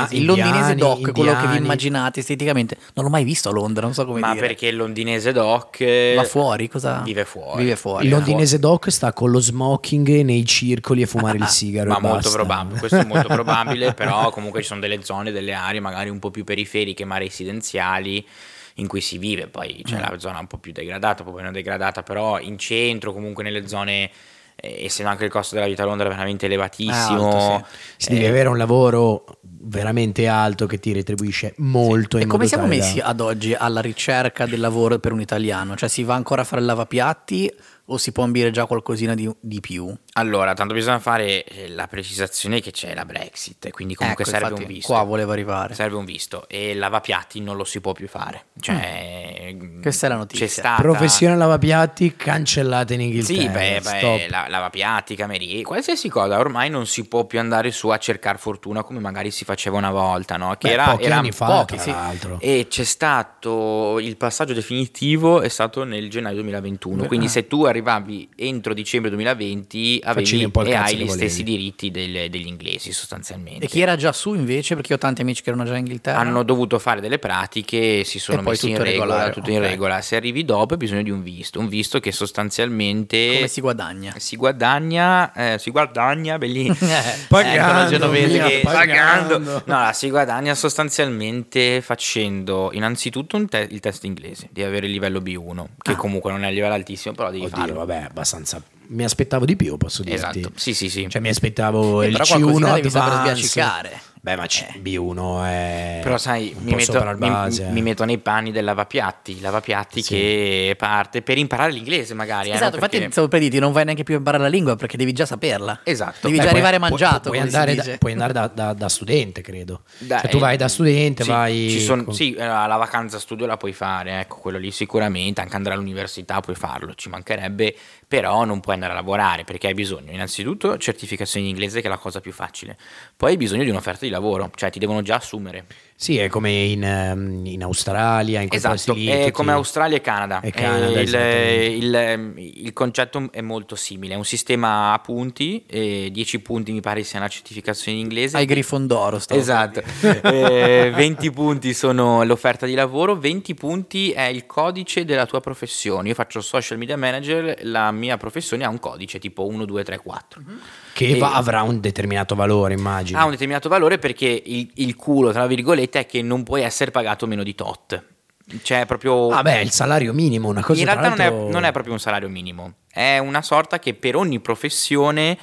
londinesi. il londinese
indiani,
doc, quello che vi
indiani.
immaginate esteticamente, non l'ho mai visto a Londra, non so come
Ma
dire.
perché il londinese doc... eh,
Va fuori, cosa?
Vive fuori.
Vive fuori. eh,
Il londinese doc sta con lo smoking nei circoli e fumare il sigaro.
<laughs> Ma
e
molto
basta.
probabile, questo è molto
<laughs>
<laughs>
probabile, però comunque ci sono delle zone, delle aree magari un po' più periferiche, ma residenziali in cui si vive, poi
Mm.
c'è la zona un po' più degradata, un po' meno degradata, però in centro, comunque nelle zone, eh, essendo anche il costo della vita a Londra è veramente elevatissimo,
Ah, alto,
Si
Eh.
deve avere un lavoro veramente alto che ti retribuisce molto.
E
in
come
modo
siamo
tale da-
messi ad oggi alla ricerca del lavoro per un italiano? Cioè si va ancora a fare il lavapiatti o si può ambire già qualcosina di, di più?
Allora, tanto bisogna fare eh, la precisazione che c'è la Brexit, e quindi comunque
Ecco,
serve
infatti,
un visto.
Qua volevo arrivare.
Serve un visto e il lavapiatti non lo si può più fare. Cioè,
Questa è la notizia.
C'è stata
Professione lavapiatti cancellata in Inghilterra.
Sì, beh,
Stop.
beh la, lavapiatti, camerieri, qualsiasi cosa, ormai non si può più andare su a cercare fortuna come magari si faceva una volta, no? Che
Beh,
era,
pochi
era
anni fa,
pochi,
tra
sì.
l'altro.
Certo.
E c'è stato il passaggio definitivo è stato nel gennaio 2021,
Ah.
quindi se tu arrivavi entro dicembre 2020
Facevi
avevi
un po' il
e
cazzo
hai
che
gli
volevi.
stessi diritti del- degli inglesi sostanzialmente.
E chi era già su invece? Perché ho tanti amici che erano già in Inghilterra.
hanno dovuto fare delle pratiche, si sono
E poi
messi in
tutto
regola,
regolare,
tutto
ok.
in regola. Se arrivi dopo hai bisogno di un visto, un visto che sostanzialmente
Come si guadagna?
si guadagna, eh, si guadagna,
<laughs>
Eh, bellissimo.
Eh, Pagando, via, pagando.
pagando. No, la si guadagna sostanzialmente facendo innanzitutto un te- il test inglese, di avere il livello B1, che comunque non è a livello altissimo, però devi
Ah. Oddio,
farlo.
vabbè, abbastanza. Mi aspettavo di più, posso dirti.
Esatto, sì, sì, sì.
Cioè, mi aspettavo
Eh,
il
però
C1
qualcosina devi saper
Advanced.
sbiaccicare.
Beh, ma C- B1 è.
Eh. però sai,
un
mi
po'
metto,
sopra la
mi-
base. eh.
mi metto nei panni del lavapiatti, il lavapiatti
Sì.
che parte per imparare l'inglese magari. eh,
Esatto,
no?
infatti
Perché-
stavo per dirti, non vai neanche più a imparare la lingua perché devi già saperla.
Esatto.
Devi
Beh,
già
puoi-
arrivare
puoi-
mangiato,
Puoi,
come si
andare,
dice.
da, puoi andare da, da- da studente, credo.
Dai, ehm,
cioè, tu vai da studente,
sì,
vai.
ci son-
con-
sì, eh, la vacanza studio la puoi fare, ecco, quello lì sicuramente, anche andare all'università puoi farlo, ci mancherebbe, però non puoi andare a lavorare perché hai bisogno innanzitutto certificazione in inglese che è la cosa più facile, poi hai bisogno di un'offerta di lavoro, cioè ti devono già assumere.
Sì, è come in, ehm, in Australia, in quei
Esatto,
posti lì,
è
tutti-
come Australia e Canada.
E Canada, esatto.
Eh, il,
esattamente.
il- ehm, il concetto è molto simile, è un sistema a punti, eh, 10 punti mi pare sia una certificazione in inglese.
Ai Grifondoro stavo
Esatto,
per
<laughs>
dire.
Eh, 20 punti sono l'offerta di lavoro, 20 punti è il codice della tua professione. Io faccio social media manager, la mia professione ha un codice tipo 1, 2, 3, 4.
Mhm. Che va-
Eh.
avrà un determinato valore, immagino.
Ha Ah, un determinato valore perché il, il culo, tra virgolette, è che non puoi essere pagato meno di tot. Cioè, è proprio.
Ah beh, il salario minimo, una cosa
in
tra
realtà non è,
l'altro-
non è proprio un salario minimo, è una sorta che per ogni professione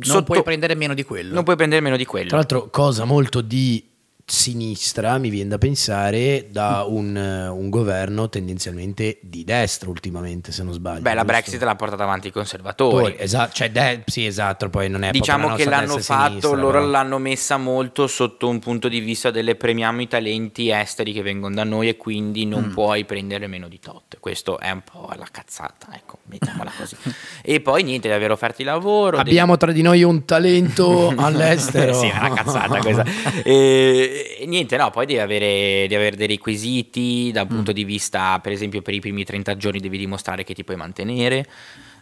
Non puoi prendere meno di quello.
non puoi prendere meno di quello.
Tra l'altro, cosa molto di sinistra, mi viene da pensare, da un, eh, un governo tendenzialmente di destra ultimamente, se non sbaglio.
Beh, la
giusto?
Brexit l'ha portata avanti eh, i
Poi,
conservatori.
esatto, cioè, de- sì, esatto, poi non è proprio
Diciamo
una
che
nostra
l'hanno
destra e
fatto,
sinistra,
loro
però.
l'hanno messa molto sotto un punto di vista delle premiamo i talenti esteri che vengono da noi e quindi
Mm.
non puoi prendere meno di tot. Questo è un po' la cazzata, ecco,
<laughs>
mettiamola così. e poi niente, di aver offerto lavoro. devi-
Abbiamo tra di noi un
<laughs>
talento all'estero.
sì, è una cazzata
<laughs>
questa. E, e niente, no, poi devi avere, devi avere dei requisiti
Mm.
dal punto di vista, per esempio, per i primi 30 giorni devi dimostrare che ti puoi mantenere.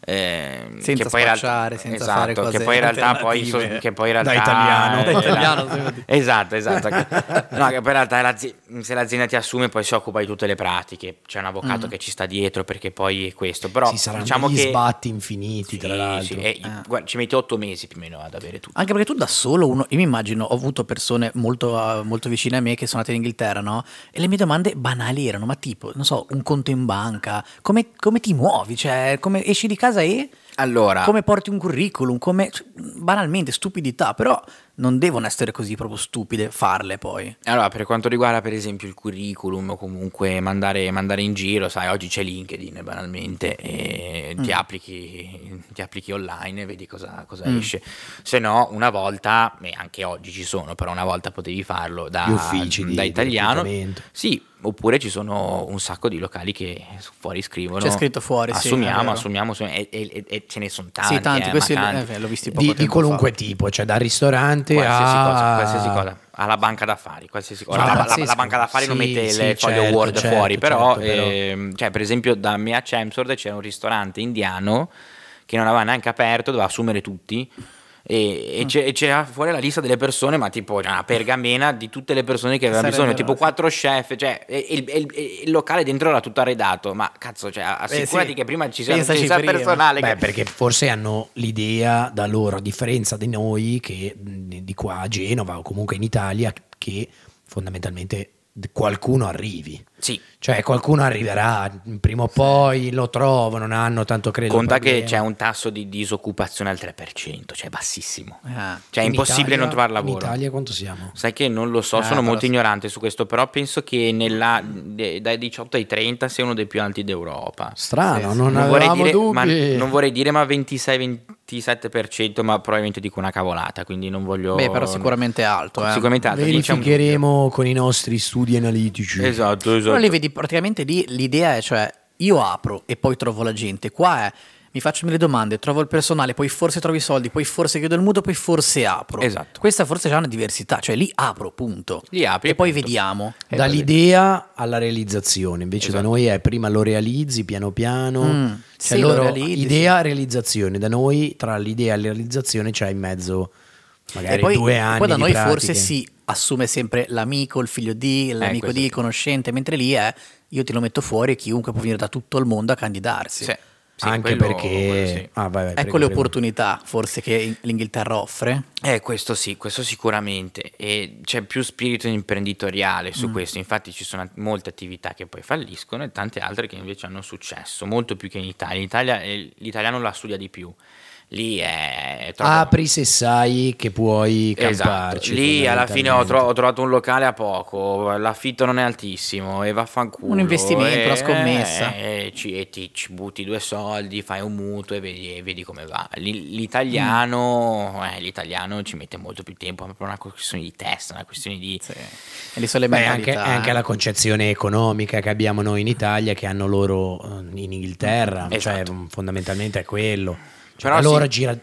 ehm,
Senza
che poi in realtà-
spacciare, senza
esatto,
fare cose
che poi in realtà poi
alternative.
so- che poi in realtà
Da italiano. Da
eh,
italiano,
la-
sì, vuol dire.
esatto
<laughs>
esatto no che poi in realtà l'azi- se l'azienda ti assume poi si occupa di tutte le pratiche c'è un avvocato che ci sta dietro perché poi è questo però
Mm. Ci saranno
diciamo
degli
che
sbatti infiniti,
Sì,
tra
sì,
l'altro. Eh.
e- guarda, ci metti otto mesi più o meno ad avere tutto
Anche perché tu da solo uno, io mi immagino, ho avuto persone molto, eh, molto vicine a me che sono andate in Inghilterra, no? E le mie domande banali erano, ma tipo, non so, un conto in banca, come, come ti muovi? Cioè, come esci di casa e
allora
come porti un curriculum? Come, cioè, banalmente, stupidità, però non devono essere così proprio stupide farle poi.
Eh, Allora, per quanto riguarda per esempio il curriculum o comunque mandare, mandare in giro, sai, oggi c'è LinkedIn banalmente,
Mm.
e ti, applichi, ti applichi online e vedi cosa, cosa
Mm.
esce. Se no, una volta, e anche oggi ci sono, però una volta potevi farlo da,
Gli uffici di-
da
di
italiano.
reclutamento.
Sì, oppure ci sono un sacco di locali che fuori scrivono.
C'è scritto fuori, sì, è
Assumiamo,
vero.
assumiamo, assumiamo, e, e- e- e ce ne sono tanti.
sì, tanti,
eh,
questi
ma
eh,
tanti.
beh, l'ho visti poco
Di, di
tempo
qualunque
fa.
tipo, cioè dal ristorante
qualsiasi
a...
cosa, qualsiasi cosa. alla banca d'affari, qualsiasi cosa.
Ma
La, la-
pazzesco.
la banca d'affari non
Sì,
mette
sì,
le foglio
certo,
Word
certo,
fuori, però,
certo, però.
ehm, cioè, per esempio da me a Chelmsford c'era un ristorante indiano che non aveva neanche aperto, doveva assumere tutti. E, e
Mm.
c'è- e c'era fuori la lista delle persone, ma tipo una pergamena di tutte le persone che avevano bisogno,
Sarebbero,
tipo
sì.
quattro chef, cioè e- e il, e il- e il locale dentro era tutto arredato. Ma cazzo, cioè,
Eh,
assicurati
sì.
che prima ci sia
Pensaci
ci sia il
prima.
personale.
Beh,
che-
perché forse hanno l'idea da loro, a differenza di noi, che mh, di qua a Genova o comunque in Italia, che fondamentalmente d- qualcuno arrivi.
Sì,
Cioè qualcuno arriverà, prima o poi lo trovo, non hanno tanto credo.
Conta che
problema.
c'è un tasso di disoccupazione al 3%, cioè bassissimo.
Ah.
Cioè è
In
impossibile
Italia-
non trovare
In
lavoro.
Italia quanto siamo?
Sai che non lo so,
Eh,
sono
però
molto
sì.
ignorante su questo, però penso che nella- de- dai 18 ai 30 sia uno dei più alti d'Europa.
Strano,
Sì, sì.
non,
Non vorrei,
avevamo
dire,
dubbi.
ma, non vorrei dire ma 26-27%, ma probabilmente dico una cavolata, quindi non voglio...
Beh, però sicuramente è alto, eh.
Sicuramente alto. lì c'è un dubbio.
Verificheremo con i nostri studi analitici.
Esatto,
Però
esatto.
lì vedi praticamente lì l'idea è cioè io apro e poi trovo la gente. Qua è mi faccio mille domande, trovo il personale, poi forse trovo i soldi, poi forse chiudo il mutuo, poi forse apro.
Esatto.
Questa forse c'è una diversità, cioè lì apro, punto.
Lì apri
e
e
poi
punto.
vediamo.
Eh,
Dall'idea alla realizzazione, invece da
Esatto.
noi è prima lo realizzi piano piano,
Mm,
cioè
sì, lo
loro
realizzi,
idea, realizzazione, da noi tra l'idea e la realizzazione c'è in mezzo magari
e poi,
due
e poi
anni.
da
di
noi
pratiche.
forse si assume sempre l'amico, il figlio di, l'amico
Eh, questo
di,
sì.
il conoscente, mentre lì è io ti lo metto fuori e chiunque può venire da tutto il mondo a candidarsi.
Sì, sì,
Anche
quello-
perché...
quello sì.
ah, vai, vai,
Ecco
prego,
le
prego.
opportunità forse che in- l'Inghilterra offre.
Eh, questo sì, questo sicuramente. E c'è più spirito imprenditoriale su questo. Infatti ci sono molte attività che poi falliscono e tante altre che invece hanno successo, molto più che in Italia. In Italia eh, l'italiano la studia di più. Lì è troppo-
Apri se sai che puoi
Esatto.
camparci.
Lì alla fine ho,
fondamentalmente.
tro- ho trovato un locale a poco, l'affitto non è altissimo e vaffanculo.
Un investimento,
e-
una scommessa.
E, ci- e ti ci butti due soldi, fai un mutuo e vedi, e vedi come va. Lì- l'italiano,
Mm.
eh, l'italiano ci mette molto più tempo, è proprio una questione di testa, una questione di...
E lì sono le
Beh, anche,
mentalità.
anche
eh.
la concezione economica che abbiamo noi in Italia, che hanno loro eh, in Inghilterra, cioè
Esatto.
mh, fondamentalmente è quello. Cioè,
Però
da
sì.
loro gira,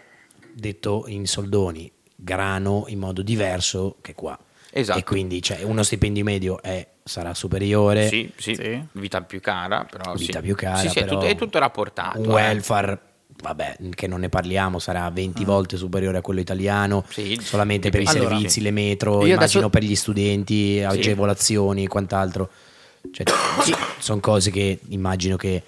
detto in soldoni, grano in modo diverso che qua.
Esatto.
E quindi cioè, uno stipendio medio è- sarà superiore,
Sì, sì,
Eh, Sì.
vita più cara, però
vita
sì.
più cara.
Sì, sì, è,
però
tutto, è tutto rapportato.
Un
eh.
welfare, vabbè, che non ne parliamo, sarà 20 volte superiore a quello italiano,
Mm. Sì,
solamente per i
dipende-
Allora,
servizi,
sì.
le metro,
Io
immagino
adesso-
per gli studenti, agevolazioni, quant'altro. Cioè, sono cose che immagino che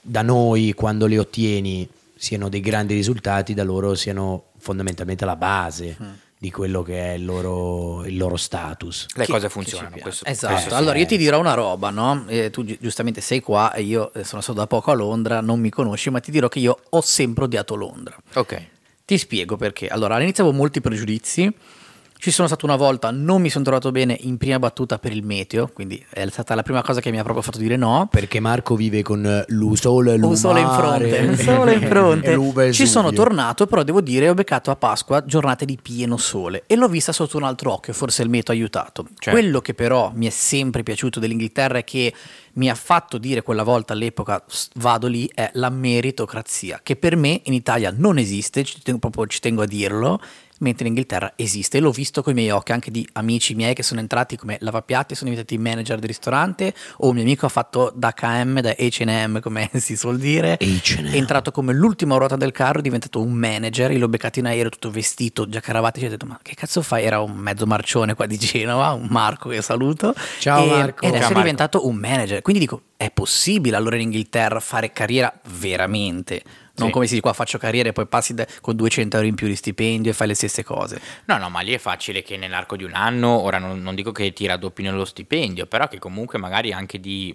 da noi, quando le ottieni, siano dei grandi risultati, da loro siano fondamentalmente la base
Mm.
di quello che è il loro, il loro status.
Le
Che-
cose
che ci
funzionano.
piace.
Questo,
esatto.
questo sì.
allora
eh.
io ti dirò una roba, no? Eh, tu gi- giustamente sei qua e io eh, sono stato da poco a Londra, non mi conosci, ma ti dirò che io ho sempre odiato Londra.
Ok.
Ti spiego perché. Allora, all'inizio avevo molti pregiudizi. Ci sono stato una volta, non mi sono trovato bene in prima battuta per il meteo, quindi è stata la prima cosa che mi ha proprio fatto dire no.
Perché Marco vive con eh, l'usole e
Un sole in fronte,
<laughs> l'umare.
un sole in
E l'uva
fronte.
e
Ci sono
Vesuvio.
tornato, però devo dire, ho beccato a Pasqua giornate di pieno sole e l'ho vista sotto un altro occhio, forse il meteo ha aiutato.
Certo.
Quello che però mi è sempre piaciuto dell'Inghilterra e che mi ha fatto dire quella volta all'epoca "S- vado lì è la meritocrazia, che per me in Italia non esiste, ci tengo, proprio ci tengo a dirlo. Mentre in Inghilterra esiste, e l'ho visto con i miei occhi anche di amici miei che sono entrati come lavapiatti, sono diventati manager di ristorante. O un mio amico ha fatto da KM, da HM, come <laughs> si suol dire,
H&M.
è entrato come l'ultima ruota del carro, è diventato un manager, io l'ho beccato in aereo tutto vestito, già caravate, ci ho detto ma che cazzo fai? Era un mezzo marcione qua di Genova, un Marco che saluto.
Ciao,
e,
Marco.
E
Ciao,
adesso è
Marco.
diventato un manager, quindi dico è possibile allora in Inghilterra fare carriera veramente? Non
Sì.
come si dice qua faccio carriera e poi passi da- con 200 euro in più di stipendio e fai le stesse cose.
No, no, ma lì è facile che nell'arco di un anno, ora non, non dico che ti raddoppino lo stipendio, però che comunque magari anche di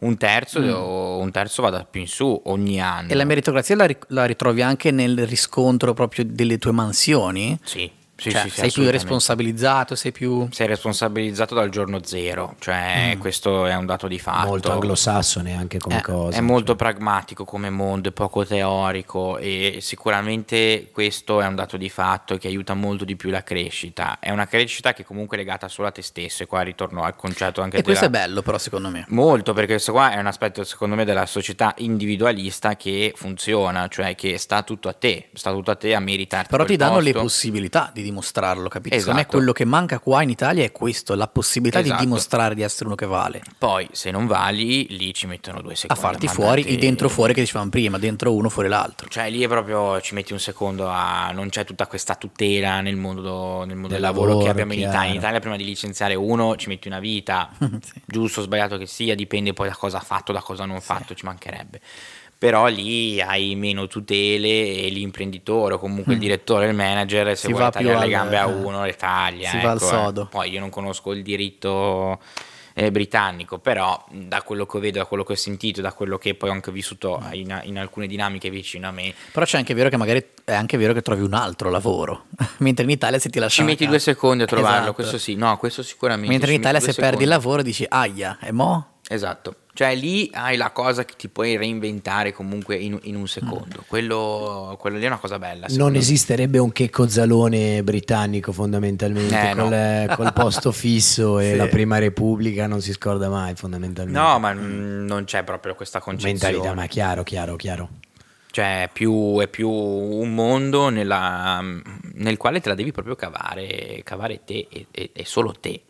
un terzo o un terzo vada più in su ogni anno.
Mm. E la meritocrazia la, ri- la ritrovi anche nel riscontro proprio delle tue mansioni?
Sì, sì, sì, sì,
Cioè, sei più
assolutamente.
responsabilizzato, sei più...
Sei responsabilizzato dal giorno zero,
Mm.
cioè questo è un dato di fatto.
molto anglosassone anche come
Eh,
cosa.
È
cioè.
molto pragmatico come mondo, è poco teorico e sicuramente questo è un dato di fatto che aiuta molto di più la crescita. È una crescita che comunque è legata solo a te stesso e qua ritorno al concetto anche
E questo è
della-
bello però secondo me.
Molto, perché questo qua è un aspetto secondo me della società individualista che funziona, cioè che sta tutto a te, sta tutto a te a meritarti.
Però
quel
ti danno le
posto.
possibilità di dimostrarlo, capito? Secondo me
Esatto.
quello che manca qua in Italia è questo, la possibilità
Esatto.
di dimostrare di essere uno che vale.
Poi se non vali, lì ci mettono due
A
secondi.
farti
ma
fuori
andate-
i dentro fuori che dicevamo prima, dentro uno
<laughs>
fuori l'altro.
Cioè lì è proprio ci metti un secondo a non c'è tutta questa tutela nel mondo, nel mondo del
Del
lavoro, che
lavoro,
abbiamo in Italia. In
chiaro.
Italia prima di licenziare uno ci metti una
<laughs>
vita,
Sì.
giusto o sbagliato che sia, dipende poi da cosa ha fatto, da cosa non ha fatto, ci mancherebbe. Però lì hai meno tutele e l'imprenditore o comunque il direttore, il manager, se
Mm. Si
vuole
va più
tagliare le
al-
gambe a
eh,
uno le taglia.
si va al
ecco, eh.
sodo.
Poi io non conosco il diritto eh, britannico, però mh, da quello che vedo, da quello che ho sentito, da quello che poi ho anche vissuto
Mm.
in, in alcune dinamiche vicino a me,
Però c'è anche vero che magari è anche vero che trovi un altro lavoro, <laughs> mentre in Italia se ti
ci
lasciano a
metti
casa-
due secondi a trovarlo,
Esatto.
questo sì, no, questo sicuramente.
Mentre in
ci metti
Italia se
due
perdi il
secondi.
lavoro dici "Aia, e mo?"
Esatto, cioè lì hai la cosa che ti puoi reinventare comunque in, in un secondo, quello, quello lì è una cosa bella. secondo
Non
me.
esisterebbe un checco zalone britannico fondamentalmente,
Eh, no.
col, col
<laughs>
posto fisso e
Sì.
la prima repubblica non si scorda mai fondamentalmente.
No, ma mm, non c'è proprio questa concezione.
Mentalità, ma chiaro, chiaro, chiaro.
Cioè, è più, è più un mondo nella- nel quale te la devi proprio cavare, cavare te e, e- e solo te.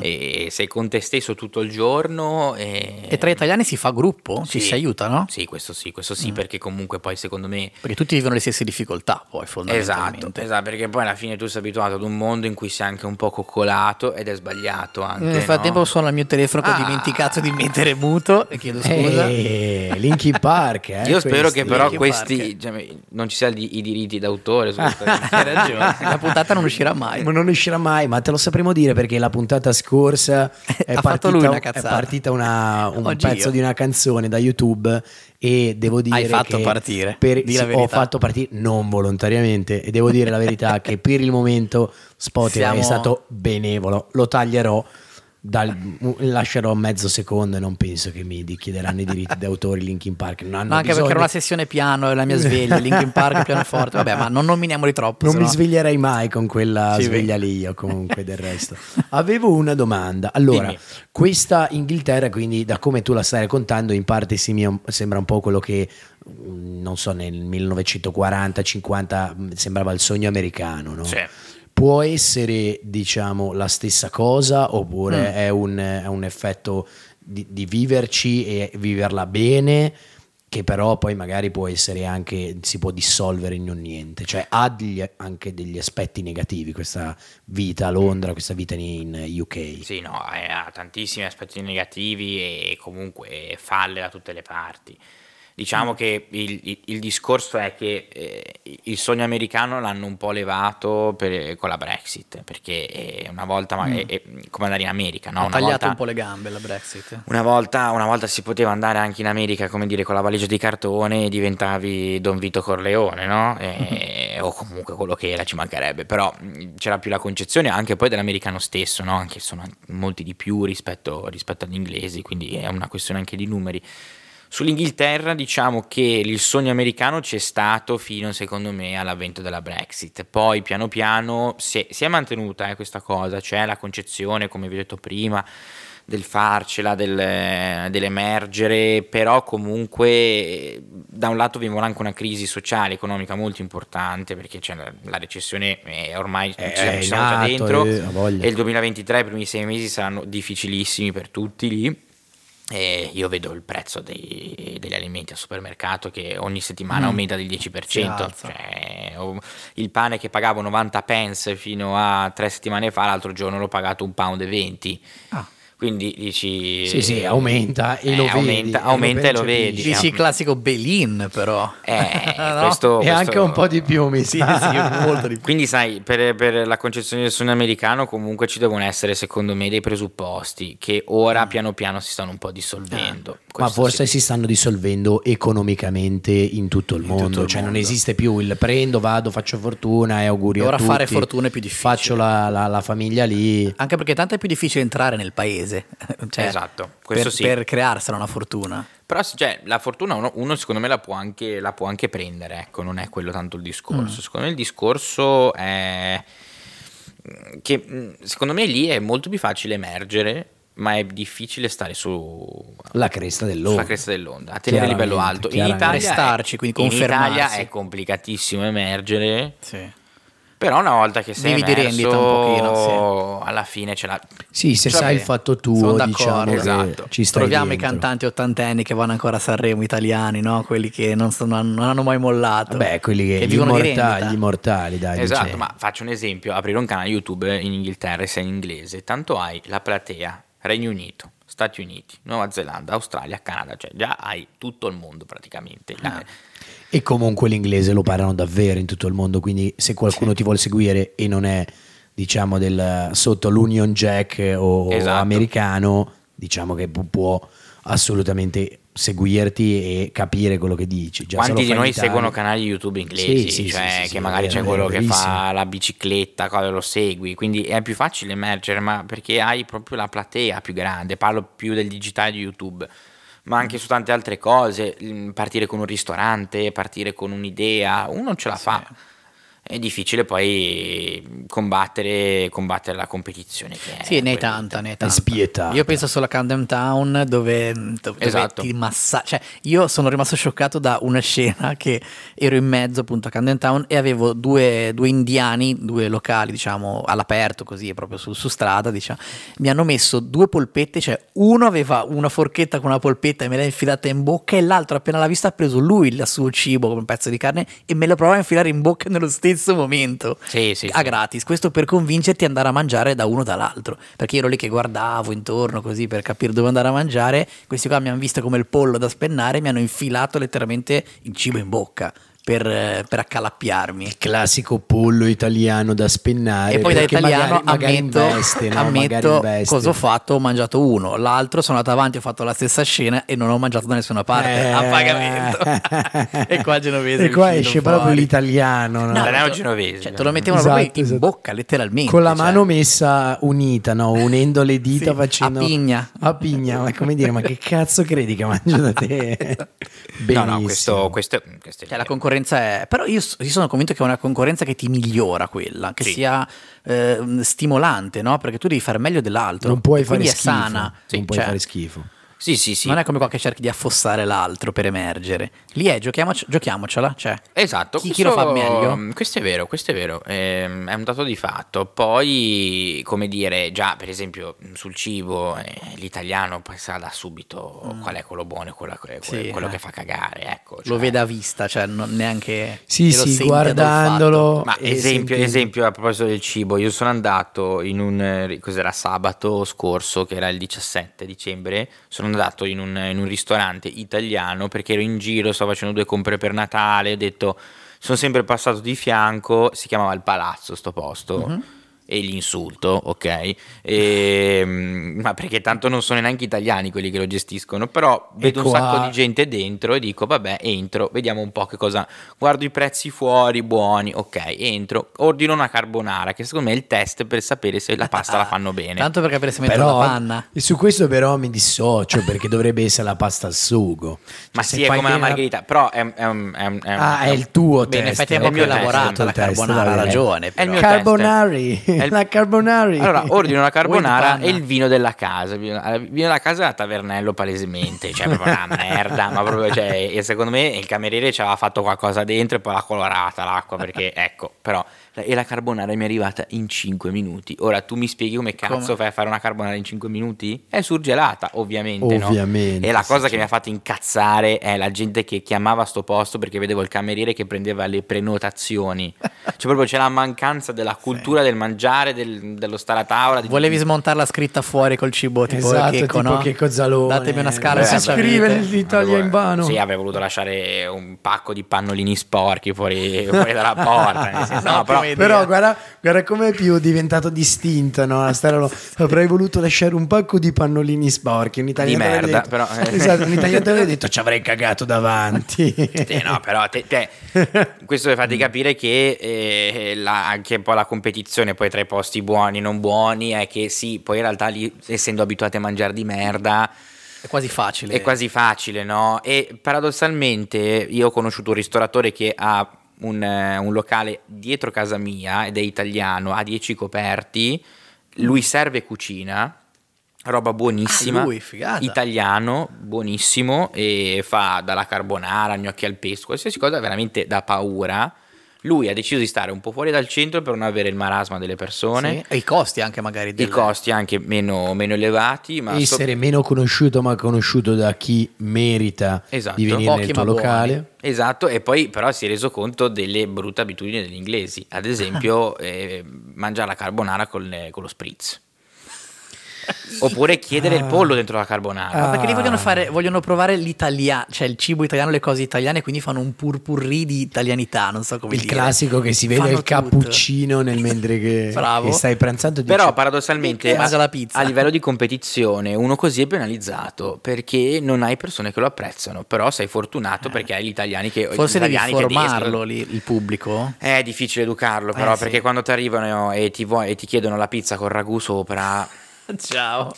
E sei con te stesso tutto il giorno. E,
E tra italiani si fa gruppo, ci
Eh. Sì.
si aiuta, no?
Sì, questo sì, questo sì, perché comunque poi secondo me
Perché tutti vivono le stesse difficoltà, poi fondamentalmente.
Esatto, esatto, perché poi alla fine tu sei abituato ad un mondo in cui sei anche un po' coccolato ed è sbagliato anche.
Nel frattempo
no?
suona il mio telefono che ho
Ah.
dimenticato di mettere muto e chiedo scusa.
Eh, Linkin Park, eh,
Io spero
questi.
che però
Linkin
questi cioè, non ci siano i diritti d'autore. su
<laughs>
questa-
Hai
<laughs>
ragione, la puntata non uscirà mai.
Ma non uscirà mai, ma te lo sapremo dire perché la puntata
<laughs>
scorsa è, partita,
Ha fatto lui una
è
cazzata.
partita una- un
Oggi
pezzo
io.
di una canzone da YouTube e devo dire
Hai fatto
che
partire,
per,
di la
sì, ho
verità.
fatto partire non volontariamente e devo dire la
<laughs>
verità che per il momento Spotify
Siamo-
è stato benevolo, lo taglierò dal- lascerò mezzo secondo e non penso che mi chiederanno i diritti d'autore Linkin Park non hanno
No, anche perché
bisogno.
era una sessione piano, la mia sveglia, Linkin Park, pianoforte. Vabbè, ma non nominiamoli troppo.
Non
sennò-
mi sveglierei mai con quella
Sì,
sveglia lì io comunque del resto. Avevo una domanda. Allora,
Dimmi.
questa Inghilterra, quindi da come tu la stai raccontando, in parte simia- sembra un po' quello che,
Cioè,
mm, non so, nel 1940-50 sembrava il sogno americano, no?
Sì.
può essere, diciamo, la stessa cosa oppure
Mm.
è, un, è un effetto di, di viverci e viverla bene, che però poi magari può essere anche, si può dissolvere in un niente, cioè ha degli- anche degli aspetti negativi questa vita a Londra, questa vita in, in UK.
Mm. Sì, no, eh, ha tantissimi aspetti negativi e comunque falle da tutte le parti.
Mm.
Diciamo che il, il- il discorso è che eh, il sogno americano l'hanno un po' levato per- con la Brexit, perché eh, una volta, ma- è- è come andare in America, no?
Mm. ha
Una
tagliato
volta-
un po' le gambe la Brexit.
una volta, una volta si poteva andare anche in America, come dire, con la valigia di cartone e diventavi Don Vito Corleone, no? E- o comunque quello che era, ci mancherebbe. Però mh, c'era più la concezione anche poi dell'americano stesso, no? Anche sono molti di più rispetto, rispetto agli inglesi, quindi è una questione anche di numeri. Sull'Inghilterra diciamo che il sogno americano c'è stato fino secondo me all'avvento della Brexit, poi piano piano si è, si è mantenuta eh, questa cosa, c'è la concezione come vi ho detto prima del farcela, del, eh, dell'emergere, però comunque eh, da un lato vivono anche una crisi sociale, economica molto importante perché c'è la, la recessione è ormai
È-
ci siamo-
è
ci siamo già
nato,
dentro
eh, ha voglia.
e il 2023 i primi sei mesi saranno difficilissimi per tutti lì. E io vedo il prezzo dei- degli alimenti al supermercato che ogni settimana
Mm.
aumenta del 10%.
Si alza.
Cioè, o- il pane che pagavo 90 pence fino a tre settimane fa, l'altro giorno l'ho pagato un pound e 20.
Ah.
Quindi dici...
Sì, sì, aumenta e
Eh,
lo
aumenta-
vedi.
aumenta e lo
percepisci.
vedi.
Dici il classico Belin però.
Eh,
<laughs> No?
questo,
E anche
questo-
un po' di più, mi
Sì,
sa.
sì, <laughs> molto di più.
Quindi, sai, per, per la concezione del sogno americano, comunque ci devono essere, secondo me, dei presupposti che ora piano piano si stanno un po' dissolvendo.
Mm. Eh, Ma
Questo
forse
sì.
si stanno dissolvendo economicamente in tutto il
In
mondo,
tutto il
cioè non
mondo.
esiste più il prendo, vado, faccio fortuna e auguri a
Ora
tutti.
fare fortuna è più difficile.
Faccio la, la- la famiglia lì.
Anche perché tanto è più difficile entrare nel paese. <laughs> Cioè,
Esatto, questo
per,
sì.
per crearsela una fortuna.
Però cioè, la fortuna uno, uno, secondo me la può, anche, la può anche prendere, ecco, non è quello tanto il discorso.
Mm.
Secondo me il discorso è mm, che mh, secondo me lì è molto più facile emergere, ma è difficile stare su,
La cresta dell'oro.
sulla cresta dell'onda, a tenere il livello
Chiaramente,
alto. In Italia,
chiaramente.
Restarci,
è,
quindi
in Italia
confermarsi.
è complicatissimo emergere,
Sì.
però una volta che sei
Devi di rendita
emerso,
un pochino,
alla fine ce la...
Sì, se
Cioè,
sai il fatto tuo,
Sono
diciamo
d'accordo,
che
esatto.
ci stai
Troviamo
dentro.
i cantanti ottantenni che vanno ancora a Sanremo italiani, no? quelli che non, sono- non hanno mai mollato.
Vabbè, quelli che, gli,
vivono di
mortali,
rendita.
gli mortali, dai.
Esatto,
diciamo.
ma faccio un esempio: aprire un canale YouTube in Inghilterra e sei in inglese, tanto hai la platea Regno Unito, Stati Uniti, Nuova Zelanda, Australia, Canada, cioè già hai tutto il mondo praticamente.
Ah.
La-
E comunque l'inglese lo parlano davvero in tutto il mondo, quindi se qualcuno ti vuole seguire e non è, diciamo, del, sotto l'Union Jack o
Esatto.
americano, diciamo che pu- può assolutamente seguirti e capire quello che dici. Già, se lo
Quanti di
fai in
noi
Italia-
seguono canali YouTube inglesi?
Sì, sì,
cioè,
sì, sì,
che
sì,
magari
vero,
c'è quello
vero,
che fa
verissimo.
la bicicletta, cosa lo segui, quindi è più facile emergere, ma perché hai proprio la platea più grande. Parlo più del digitale di YouTube, ma anche su tante altre cose. mm, Partire con un ristorante, partire con un'idea, uno ce la fa. È difficile poi combattere, combattere la competizione. Che Eh, è
Sì, ne hai
quella-
tanta, ne hai tanta.
spietata.
Io penso solo a Camden Town dove, dove
Esatto.
ti massa- Cioè, io sono rimasto scioccato da una scena che ero in mezzo appunto a Camden Town e avevo due, due indiani, due locali, diciamo, all'aperto così, proprio su, su strada, diciamo. Mi hanno messo due polpette, cioè uno aveva una forchetta con una polpetta e me l'ha infilata in bocca e l'altro appena l'ha vista ha preso lui il suo cibo come un pezzo di carne e me lo provava a infilare in bocca nello stesso momento
Sì, sì,
a
sì.
gratis. Questo per convincerti ad andare a mangiare da uno dall'altro. Perché io ero lì che guardavo intorno così per capire dove andare a mangiare. Questi qua mi hanno visto come il pollo da spennare e mi hanno infilato letteralmente il cibo in bocca per, eh, per accalappiarmi.
Il classico pollo italiano da spennare.
E poi da
Eh, perché
italiano
magari,
ammetto,
magari investe,
<laughs>
no? Magari
ammetto
investe.
cosa ho fatto, ho mangiato uno, l'altro sono andato avanti, ho fatto la stessa scena e non ho mangiato da nessuna parte Ah,
Eh.
a
<laughs>
pagamento. e qua genovese.
E qua
mi
esce
fido
proprio
fuori.
l'italiano. no?
No,
Italiano
te-
genovese.
Cioè, te lo mettevano proprio
Esatto,
in
esatto.
bocca, letteralmente.
Con la
cioè.
mano messa unita, no? Unendo le dita
Sì,
facendo...
a pigna.
A pigna, ma come dire, ma che cazzo credi che mangio da te?
<laughs>
Benissimo.
No, no, questo, questo, questo è
Cioè, la concorrenza è. Però io, s- io sono convinto che è una concorrenza che ti migliora quella, che
Sì.
sia eh, stimolante, no? Perché tu devi fare meglio dell'altro.
Non puoi
E
fare
quindi
schifo.
è sana.
Non puoi
Cioè,
fare schifo.
Sì, sì, sì.
Non è come qua che cerchi di affossare l'altro per emergere. Lì è giochiamoc- giochiamocela, cioè.
Esatto,
Chi- chi lo fa meglio?
mm, Questo è vero, questo è vero, ehm, è un dato di fatto. Poi, come dire, già per esempio mm, sul cibo eh, l'italiano poi sa da subito qual è quello buono e quello, quello-
Mm. Sì,
quello
eh.
che fa cagare, ecco.
lo
cioè.
vede a vista, cioè non neanche
Sì,
e lo
sì,
sente
guardandolo.
Ma
e
esempio,
senti-
esempio a proposito del cibo, io sono andato in un, eh, cos'era sabato scorso, che era il 17 dicembre, sono andato in un, in un ristorante italiano perché ero in giro, stavo facendo due compere per Natale, ho detto, sono sempre passato di fianco, si chiamava il Palazzo sto posto.
Mhm.
E l'insulto, ok, E, mm, ma perché tanto non sono neanche italiani quelli che lo gestiscono, però vedo
qua-
un sacco di gente dentro e dico vabbè entro, vediamo un po' che cosa, guardo i prezzi fuori, buoni, ok, entro, ordino una carbonara che secondo me è il test per sapere se la pasta
<laughs>
la fanno bene.
Tanto per capire se mettono
Però,
la panna.
su questo però mi dissocio perché dovrebbe essere la pasta al sugo.
Ma
Cioè, se
sì, è
fai
come la
bene
margherita, però è, un- è un- è
Eh,
un- è un-
Ah, è il tuo
Beh, in
test,
effetti è
il
proprio
mio test,
elaborata
il
la
tuo test,
carbonara,
dai,
ha
dai.
ragione.
è il mio
Carbonari,
test. È il-
la carbonari.
Allora, ordino
<laughs>
la carbonara
panna?
e il vino della casa. Il vino il vino della casa è a tavernello palesemente, cioè proprio
<laughs>
una merda, ma proprio, cioè, e secondo me il cameriere ci aveva fatto qualcosa dentro e poi l'ha colorata l'acqua,
<laughs>
perché ecco, però... E la carbonara mi è arrivata in 5 minuti. Ora tu mi spieghi come cazzo
Come?
fai a fare una carbonara in 5 minuti? È surgelata, ovviamente. no?
Ovviamente,
E la
sì,
cosa
sì.
che mi ha fatto incazzare è la gente che chiamava sto posto perché vedevo il cameriere che prendeva le prenotazioni. Cioè proprio c'è la mancanza della cultura del mangiare, del- dello stare a tavola. di-
Volevi smontare la scritta fuori col cibo tipo
Esatto,
il checco,
tipo
no?
Checco Zalone.
Datemi una scala
Eh,
se
vabbè.
sapete.
Scrive lì. L'Italia
Avevo-
in vano.
Sì, avrei voluto lasciare un pacco di pannolini sporchi fuori, fuori dalla porta. nel senso, no, però,
Ottima idea.
Però guarda, guarda come è più diventato distinta no? la stella lo- Avrei voluto lasciare un pacco di pannolini sporchi. Un italiano
Di
aveva
merda,
detto-
però, eh.
Esatto, un italiano aveva detto ci avrei cagato
<laughs>
davanti.
Te, no, però te- te- questo per farti capire che eh, la- anche un po' la competizione poi tra i posti buoni e non buoni è che sì, poi in realtà lì, essendo abituati a mangiare di merda,
È quasi facile.
È quasi facile, no? E paradossalmente io ho conosciuto un ristoratore che ha un, eh, un locale dietro casa mia ed è italiano, ha 10 coperti, lui serve e cucina, roba buonissima,
Ah, lui, figata.
italiano, buonissimo, e fa dalla carbonara, gnocchi al pesto, qualsiasi cosa, veramente da paura. Lui ha deciso di stare un po' fuori dal centro per non avere il marasma delle persone.
Sì. E i costi anche magari.
I
del-
costi anche meno, meno elevati, ma so-
Essere meno conosciuto ma conosciuto da chi merita
Esatto.
di venire
Pochi
nel
ma
tuo locale.
Esatto, e poi però si è reso conto delle brutte abitudini degli inglesi, ad
<laughs>
esempio eh, mangiare la carbonara con, con lo spritz. Oppure chiedere
Ah.
il pollo dentro la carbonara.
Ma perché li vogliono
Ah.
fare, vogliono provare l'italiano, cioè il cibo italiano, le cose italiane, quindi fanno un purpurri di italianità, non so come
Il
dire.
classico che si vede
Fanno
il
tutto.
cappuccino nel
<laughs>
mentre che,
Bravo.
che stai pranzando. e dici,
Però paradossalmente
Mangia
a,
la pizza.
a livello di competizione uno così è penalizzato perché non hai persone che lo apprezzano, però sei fortunato perché hai gli italiani che...
Eh. Forse
gli
devi
italiani tedeschi-
formarlo lì, il
<laughs>
pubblico.
È difficile educarlo però
Eh, sì.
perché quando ti arrivano e ti, vuoi- e ti chiedono la pizza con ragù sopra...
Ciao.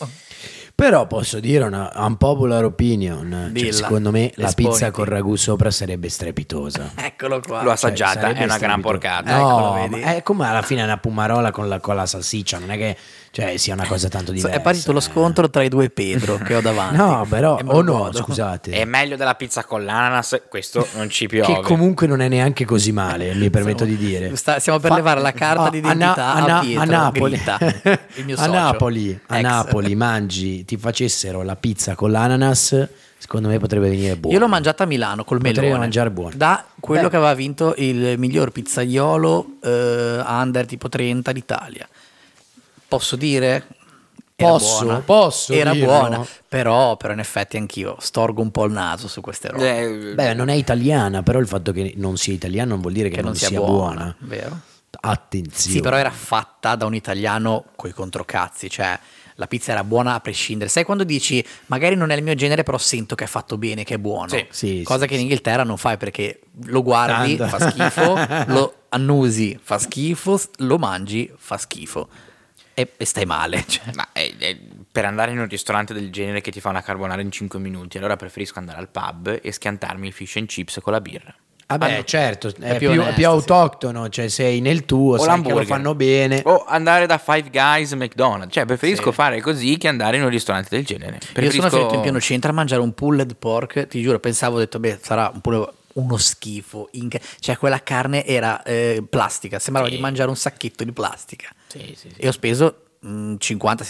Però posso dire una unpopular opinion. Cioè,
Dilla,
secondo me la pizza
esponiti.
con ragù sopra sarebbe strepitosa.
Eccolo qua.
L'ho
Cioè,
assaggiata,
sarebbe
è una gran
strepitosa.
porcata.
No,
Eccolo, vedi?
ma è come alla fine una pumarola con la, con la salsiccia, non è che cioè, sia una cosa tanto
So-
diversa.
È partito lo
eh.
scontro tra i
<laughs>
due Pedro che ho davanti.
No, però,
E me lo
o no,
godo.
scusate.
È meglio della pizza con l'ananas, questo non ci piove.
Che comunque non è neanche così male, mi permetto
Stiamo-
di dire.
sta- stiamo per levare la carta di
a Na-
identità
a,
a
Na-
Pietro
a Napoli, <laughs>
Gritta, il mio
a
socio.
Napoli, a
Ex.
Napoli mangi, ti facessero la pizza con l'ananas, secondo me potrebbe venire buono.
Io l'ho mangiata a Milano col
Potrei
melone.
mangiare buono.
Da quello
Beh.
che aveva vinto il miglior pizzaiolo eh, under tipo 30 d'Italia. Posso dire? Era
Posso,
buona.
posso
Era
dirlo.
buona, però, però in effetti anch'io storgo un po' il naso su queste robe.
Eh,
Beh, non è italiana, però il fatto che non sia italiana non vuol dire che,
che non sia, buona,
buona.
vero?
Attenzione.
Sì, però era fatta da un italiano coi controcazzi, cioè la pizza era buona a prescindere. Sai quando dici magari non è il mio genere, però sento che è fatto bene, che è buono.
Sì.
Sì,
Cosa
sì,
che in Inghilterra non fai perché lo guardi,
Tanto. <laughs>
fa schifo, lo annusi, fa schifo, s- lo mangi, fa schifo. E, e stai male. <laughs> cioè.
ma è- è- per andare in un ristorante del genere che ti fa una carbonara in 5 minuti, allora preferisco andare al pub e schiantarmi il fish and chips con la birra.
Vabbè,
Hanno-
certo, è,
è più
più,
onesto,
è più
sì.
autoctono, cioè sei nel tuo, sai che lo
l'hamburger.
fanno bene.
O andare da Five Guys McDonald's. Cioè, preferisco
Sì.
fare così che andare in un ristorante del genere. Preferisco...
Io sono finito in pieno centro a mangiare un pulled pork, ti giuro, pensavo, ho detto, beh, sarà un pulled- uno schifo, inca- cioè quella carne era eh, plastica, sembrava
Sì.
di mangiare un sacchetto di plastica.
Sì, sì, sì.
E ho speso mm,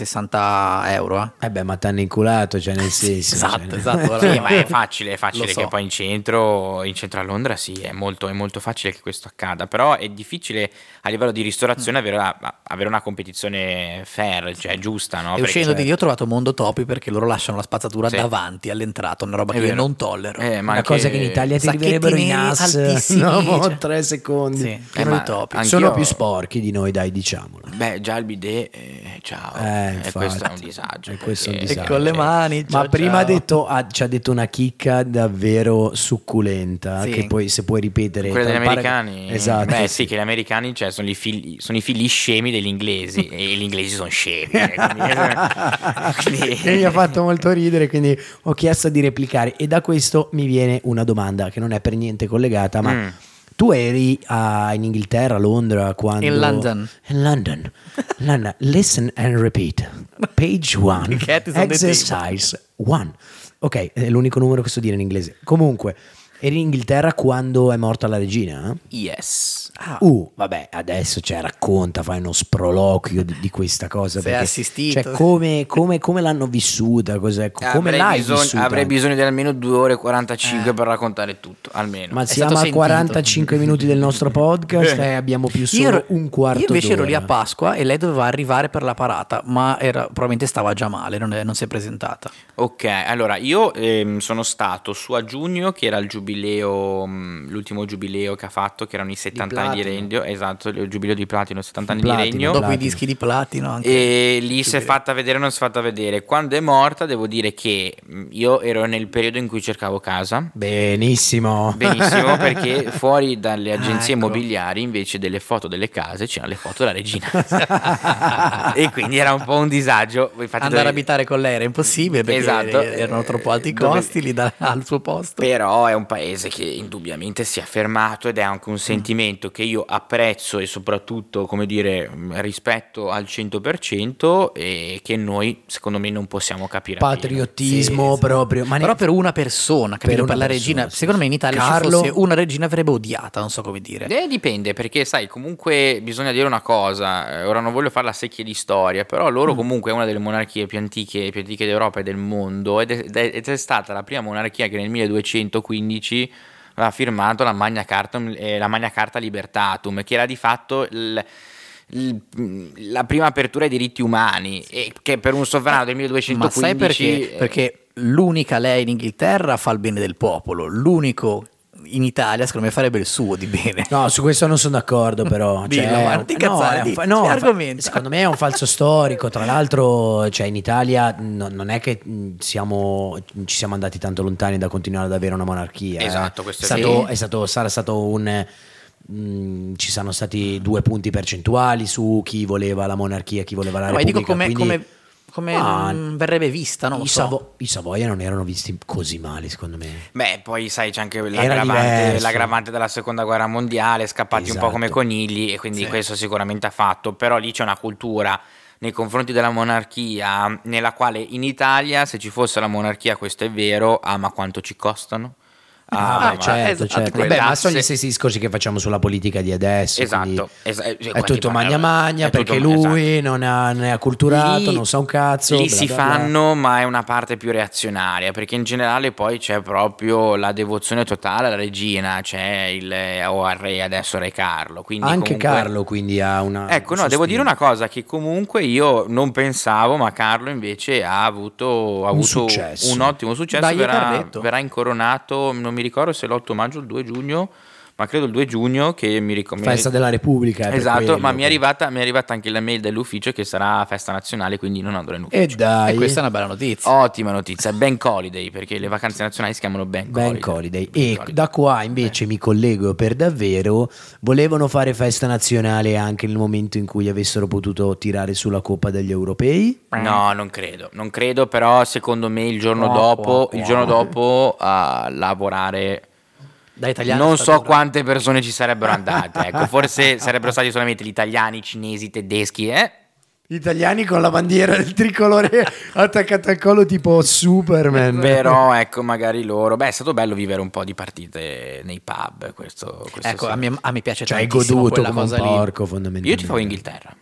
50-60 euro. eh.
Eh beh, ma t'hanno inculato, cioè nel senso.
esatto,
cioè,
<laughs> esatto. guarda.
Sì, ma è facile, è facile
Lo so.
che poi in centro, in centro a Londra sì, è molto, è molto facile che questo accada, però è difficile a livello di
Mm.
ristorazione avere, una, avere una competizione fair, cioè giusta, no?
e
Perché-
uscendo di
cioè-
lì ho trovato Mondo Topi perché loro lasciano la spazzatura
Sì.
davanti all'entrata, una roba
È
che io
vero.
non tollero.
Eh, ma
Una
anche-
cosa che in Italia ti
Sacchetti
arriverebbero in
neri
as <laughs>
altissimi,
no,
cioè.
tre secondi.
Sì,
Eh,
pieno
ma
di topi.
anch'io-
Sono più sporchi di noi, dai, diciamolo.
Beh, già il bidet, eh, ciao,
Eh,
E
infatti.
questo è un disagio.
E questo è un
perché- Eh,
disagio.
E con le mani.
Ma
ciao,
prima
ciao.
ha detto- ha- ci ha detto una chicca davvero succulenta,
Sì.
che poi se puoi ripetere...
Quella degli
tra- pare-
americani,
Esatto.
Beh, sì, che gli americani cioè, sono, i figli, sono i figli scemi degli
<laughs>
inglesi e gli inglesi sono scemi. eh, quindi- eh, quindi-
e mi ha fatto molto ridere, quindi ho chiesto di replicare. E da questo mi viene una domanda che non è per niente collegata, ma
Mm.
tu eri a- in Inghilterra, a Londra, quando...
In London.
In London. London. Listen and repeat. Page
<laughs>
one.
Che ti sono detti?
Exercise one. Ok, è l'unico numero che so dire in inglese. Comunque, eri in Inghilterra quando è morta la regina? eh?
<laughs> Yes.
Ah,
Uh, vabbè, adesso cioè, racconta, fai uno sproloquio di, di questa cosa.
Sei
perché,
assistito. Ah,
Cioè, come, come- come l'hanno vissuta? Cos'è, co- come
Eh, avrei,
l'hai
bisogno,
vissuta? Eh.
avrei bisogno di almeno 2 ore e 45 per raccontare tutto, almeno.
Ma siamo
È stato
a
sentito. Eh.
45 minuti del nostro podcast e Eh, abbiamo più solo
ero-
un quarto
io invece ero
d'ora.
lì a Pasqua e lei doveva arrivare per la parata, ma era- probabilmente stava già male, non, è- non si è presentata.
Ok, allora io ehm, sono stato su a giugno, che era il giubileo, mh, l'ultimo giubileo che ha fatto, che erano i 70 anni di
platino.
regno, esatto, il giubileo di platino, 70 anni
Platino,
di regno.
Dopo
platino.
i dischi di platino anche.
E lì si è
Giubileo.
fatta vedere o non si è fatta vedere. Quando è morta, devo dire che mh, io ero nel periodo in cui cercavo casa.
Benissimo.
<laughs>
Benissimo, perché fuori dalle agenzie
ecco.
immobiliari invece delle foto delle case c'erano le foto della regina.
<laughs>
e quindi era un po' un disagio. Infatti
Andare a
dovevi-
abitare con lei era impossibile perché
Esatto.
erano troppo alti i
Dove-
costi, lì da- al suo posto.
Però è un paese che indubbiamente si è fermato ed è anche
Mm.
un sentimento che io apprezzo e soprattutto, come dire, mh, rispetto al 100% e che noi, secondo me, non possiamo capire. appieno.
<laughs> Patriottismo
Sì, sì.
proprio. Ma ne-
Però per una persona, capito? Per,
una persona,
la regina,
sì,
secondo me
sì.
in Italia
Carlo-
se fosse una regina avrebbe odiata, non so come dire.
Eh, dipende perché sai comunque bisogna dire una cosa eh, ora non voglio fare la secchia di storia però
Mm.
loro comunque è una delle monarchie più antiche, più antiche d'Europa e del mondo ed è, ed è- ed è stata la prima monarchia che nel 1215 ha firmato la Magna Carta, eh, la Magna Carta Libertatum che era di fatto il- il- la prima apertura ai diritti umani e che per un sovrano del 1215
Eh, Ma sai perché?
eh,
Perché l'unica lei in Inghilterra fa il bene del popolo, l'unico in Italia secondo me farebbe il suo di bene.
No, su questo non sono d'accordo, però.
<laughs> Dillo, ma non ti cazzare,
è un
di-
fa- no,
si
è un fa-
argomenta.
secondo me è un falso storico. Tra l'altro, cioè, in Italia no- non è che mh, siamo- ci siamo andati tanto lontani da continuare ad avere una monarchia. eh.
Esatto, questo è
stato,
vero.
è stato- sarà stato un. mh, ci sono stati due punti percentuali su chi voleva la monarchia, chi voleva la
Ma
repubblica.
dico come,
quindi-
come- come,
Ma-
mm, verrebbe vista, non lo
I,
so.
Savo- i Savoia non erano visti così male, secondo me.
Beh, poi sai, c'è anche
Era
l'aggravante,
diverso.
l'aggravante della seconda guerra mondiale, scappati un
Esatto.
po' come conigli, e quindi
Sì.
questo sicuramente ha fatto. Però lì c'è una cultura nei confronti della monarchia, nella quale in Italia, se ci fosse la monarchia, questo è vero, ah, ma quanto ci costano?
Ah,
ma-
beh, certo,
esatto,
certo.
quelle
Vabbè, ma sono
tasse.
gli stessi discorsi che facciamo sulla politica di adesso. quindi
Esatto, esa- cioè,
è
quanti
tutto
parla-
magna magna
è tutto- esatto.
perché lui non, ha, non è acculturato, non sa un cazzo.
Lì
bla
si
bla bla.
fanno, ma è una parte più reazionaria, perché in generale poi c'è proprio la devozione totale alla regina, c'è il o al re adesso re Carlo, quindi
Anche
comunque-
Carlo quindi ha una...
Ecco,
un
no, devo
sostegno.
dire una cosa che comunque io non pensavo, ma Carlo invece ha avuto, ha
Un
avuto
successo.
un ottimo successo,
Dai,
verrà,
Carletto.
verrà incoronato, non mi ricordo se l'8 maggio o il 2 giugno, ma credo il 2 giugno che mi ricordo.
Festa della Repubblica. è per
Esatto,
quello.
ma mi è, arrivata, mi è arrivata anche la mail dell'ufficio che sarà festa nazionale, quindi non andrò in ufficio.
E dai, Oh,
E questa è una bella notizia.
Ottima notizia, Bank Holiday, perché le vacanze nazionali si chiamano Bank,
Bank Holiday. E
Bank
da qua
Eh.
invece mi collego per davvero. Volevano fare festa nazionale anche nel momento in cui avessero potuto tirare sulla Coppa degli Europei.
No, non credo, non credo, però secondo me il giorno
Qua,
dopo,
qua,
il giorno
qua.
dopo a lavorare
Da italiano
non
è stato
so
bravo.
quante persone ci sarebbero andate, ecco, forse <laughs> sarebbero stati solamente gli italiani, i cinesi, i tedeschi, eh?
Gli italiani con la bandiera del <laughs> tricolore attaccata al collo tipo Superman.
Però ecco, magari loro. Beh, è stato bello vivere un po' di partite nei pub. Questo, questo
Ecco,
sì.
a, me, a me piace
Cioè, hai
tantissimo
goduto
quella
come un
cosa lì.
porco fondamentalmente.
Io ti favo Inghilterra,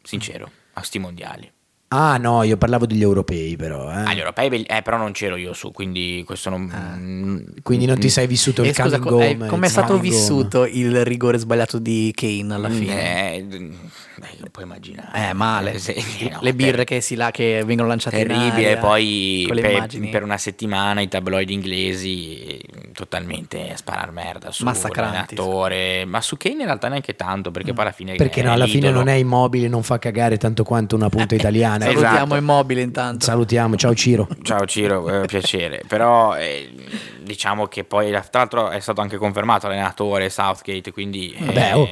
sincero, a sti mondiali.
Eh.
Ah no, io parlavo degli europei però. eh.
Agli europei, belli- eh, però non c'ero io su, quindi questo non.
Eh.
mm,
Quindi non ti sei vissuto
E
il
scusa,
coming
co- eh,
home,
com'è
il
stato
coming home.
vissuto il rigore sbagliato di Kane
Mm,
alla fine?
Eh, dai, non puoi immaginare.
Eh, male.
Eh, <laughs> sì, no,
le birre
ter-
che si là che vengono lanciate in
Terribile,
eh,
aria,
poi
con le
per,
immagini.
per una settimana i tabloid inglesi eh, totalmente a sparar merda su
Massacranti,
l'allenatore, ma su Kane in realtà neanche tanto perché poi alla fine
Mm. Perché
è
Eh,
no, alla fine
l'idolo.
non è immobile, non fa cagare tanto quanto una punta italiana.
Esatto.
Salutiamo Immobile intanto.
Salutiamo, ciao Ciro.
Ciao Ciro, eh, piacere. <laughs> Però eh, diciamo che poi, tra l'altro, è stato anche confermato l'allenatore Southgate, quindi... eh,
Vabbè, oh,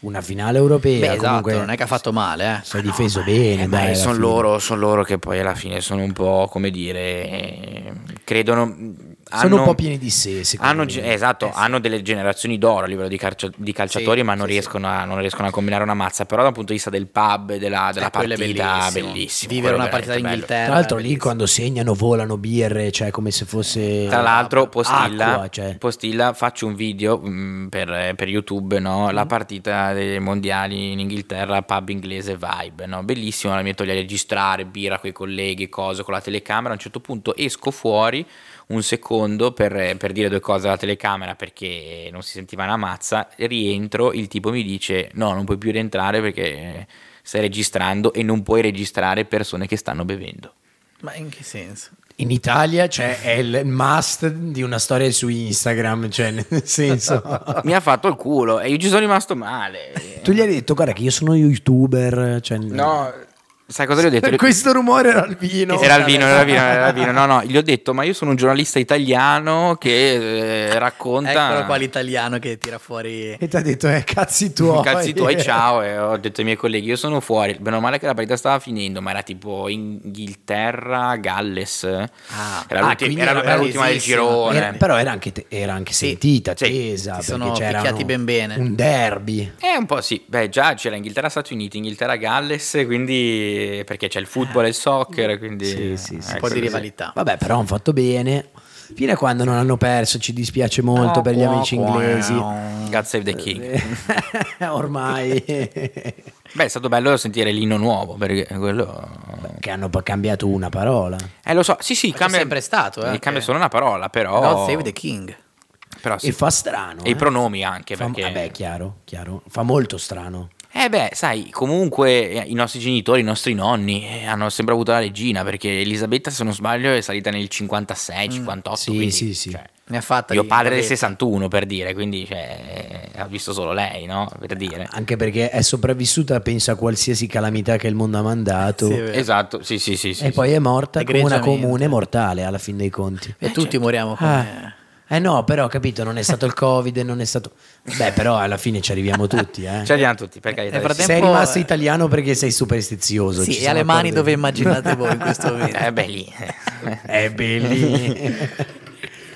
una finale europea.
Beh, esatto,
comunque,
non è che ha fatto male, eh.
Sei difeso bene,
eh, ma
dai. alla
sono
fine.
loro, son loro che poi alla fine sono un po', come dire, eh, credono...
Sono
hanno-
un po' pieni di sé, secondo
hanno
me.
ge- esatto, hanno delle generazioni d'oro a livello di, calcio- di calciatori,
Eh, Sì,
ma non,
sì,
riescono a, non riescono a combinare una mazza. Però dal punto di vista del pub, e della, della
Eh, quello
partita,
è
bellissimo.
Vivere
quello è
una partita
veramente bello.
d'Inghilterra.
Tra l'altro, lì
bellissimo.
quando segnano, volano birre, cioè come se fosse.
Tra l'altro, Postilla,
acqua, cioè.
Postilla, faccio un video mm, per, per YouTube, no?
Mm.
la partita dei mondiali in Inghilterra, pub inglese vibe, no? bellissimo, la metto lì a registrare, birra con i colleghi, cose con la telecamera, a un certo punto esco fuori un secondo per, per dire due cose alla telecamera perché non si sentiva una mazza, rientro, il tipo mi dice no, non puoi più rientrare perché stai registrando e non puoi registrare persone che stanno
<laughs>
bevendo.
Ma in che senso?
In Italia cioè, è il must di una storia su Instagram, cioè nel senso.
Mi ha fatto il culo e io ci sono rimasto male.
<laughs> tu gli hai detto, guarda, che io sono youtuber. Cioè,
No, sai cosa gli ho detto?
<laughs> Questo rumore era il vino.
Era il vino, era il vino, era il vino. No, no, gli ho detto, ma io sono un giornalista italiano che eh, racconta.
Eccolo qua l'italiano che tira fuori...
<laughs> E ti ha detto, eh, cazzi tuoi.
Cazzi
<laughs>
tuoi, ciao. E ho detto ai miei colleghi, io sono fuori. Meno male che la partita stava finendo, ma era tipo Inghilterra, Galles.
Ah,
era
Ah,
l'ulti-
quindi
era-
era
era l'ultima del
bellissima.
girone.
Era- però era anche, te- era anche sentita,
eh. sì,
tesa.
si sono
perché c'era
picchiati
uno-
ben bene.
Un derby.
Eh, un po' sì, beh già c'era Inghilterra Stati Uniti, Inghilterra Galles, quindi perché c'è il football e il soccer, quindi
Sì, sì, sì.
un po' di
ecco, sì.
rivalità.
Vabbè, però hanno fatto bene. Fino a quando non hanno perso, ci dispiace
Ah,
molto per gli amici inglesi.
eh,
Eh,
God save the king.
<laughs> Ormai
Beh, è stato bello sentire l'inno nuovo perché quello.
che hanno pa- cambiato una parola.
Eh, lo so, sì, sì,
c'è
cambia
sempre stato, eh,
gli
anche-
Cambia solo una parola, però.
God save the king.
però sì.
E fa strano.
E i
eh.
pronomi anche
Fa-
perché.
Vabbè, chiaro, chiaro. Fa molto strano.
Eh beh, sai, comunque eh, i nostri genitori, i nostri nonni eh, hanno sempre avuto la regina perché Elisabetta, se non sbaglio, è salita nel
Mm,
56, 58.
sì,
quindi,
sì, sì.
cioè,
Ne ha fatta
mio
di-
padre è del
vabbè.
61 per dire, quindi cioè, eh, ha visto solo lei, no? Per dire.
Anche perché è sopravvissuta, penso, a qualsiasi calamità che il mondo ha mandato.
Sì, è vero.
Esatto, sì, sì, sì. sì,
e poi è morta come una
Egregiamente. Eh.
comune mortale alla fin dei conti.
E
Eh,
tutti moriamo
certo.
Ah.
come...
Eh no, però capito, non è stato il Covid, non è stato... Beh, però alla fine ci arriviamo tutti, eh.
sì. Ci arriviamo tutti, per carità.
Nel frattempo-
Sei rimasto italiano perché sei superstizioso. ci
Sì, e
sono
alle mani
cose-
dove immaginate voi in questo
<laughs>
momento.
Eh beh, lì.
<laughs>
<laughs>
È bellissimo.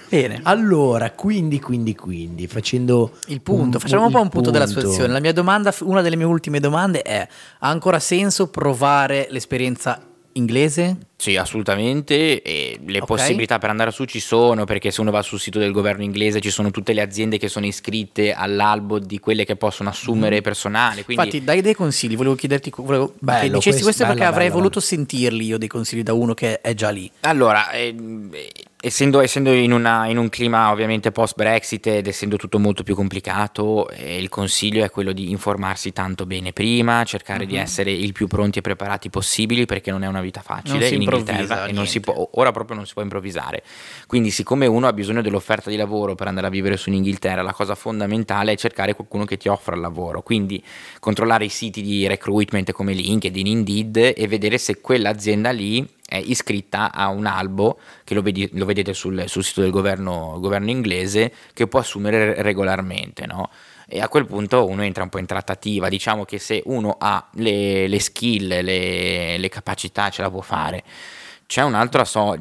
Bene.
allora, quindi, quindi, quindi, facendo...
Il punto, facciamo un po' un punto, della
punto.
situazione. La mia domanda, una delle mie ultime domande è: ha ancora senso provare l'esperienza inglese?
Sì, assolutamente. E le
Ok.
possibilità per andare su ci sono, perché se uno va sul sito del governo inglese ci sono tutte le aziende che sono iscritte all'albo di quelle che possono assumere personale. Quindi
Mm-hmm. Infatti, dai dei consigli, volevo chiederti, volevo
Bello,
che dicessi
questo,
questo, perché
bello,
avrei
bello,
voluto sentirli io dei consigli da uno che è già lì.
Allora, ehm, eh, essendo, essendo in, una- in un clima ovviamente post-Brexit ed essendo tutto molto più complicato, eh, il consiglio è quello di informarsi tanto bene prima, cercare
Mhm.
di essere il più pronti e preparati possibili perché non è una vita facile
Non si
in Inghilterra
improvvisa,
e non si
niente.
può- ora proprio non si può improvvisare. Quindi siccome uno ha bisogno dell'offerta di lavoro per andare a vivere su in Inghilterra, la cosa fondamentale è cercare qualcuno che ti offra il lavoro. Quindi controllare i siti di recruitment come LinkedIn, Indeed e vedere se quell'azienda lì è iscritta a un albo che lo, vedi- lo vedete sul, sul sito del governo, governo inglese che può assumere re- regolarmente, no? E a quel punto uno entra un po' in trattativa, diciamo che se uno ha le, le skill, le, le capacità, ce la può fare. C'è un, altro asso-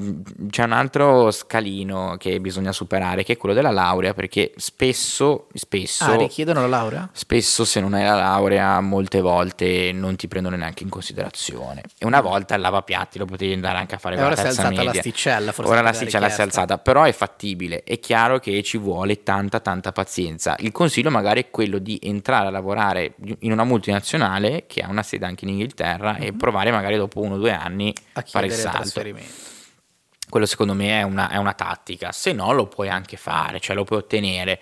c'è un altro scalino che bisogna superare, che è quello della laurea, perché spesso, spesso,
Ah, richiedono la laurea?
spesso se non hai la laurea, molte volte non ti prendono neanche in considerazione. E una volta al lavapiatti lo potevi andare anche a fare
E
con la
ora si è
terza
alzata
media.
l'asticella, forse
Ora
anche
la
la
sticella si è
richiesta.
alzata, però è fattibile. È chiaro che ci vuole tanta, tanta pazienza. Il consiglio magari è quello di entrare a lavorare in una multinazionale che ha una sede anche in Inghilterra e
Mhm.
provare magari dopo uno o due anni
A
a fare il
chiedere
salto.
trasferimenti.
Quello secondo me è una, è una tattica, se no lo puoi anche fare, cioè lo puoi ottenere.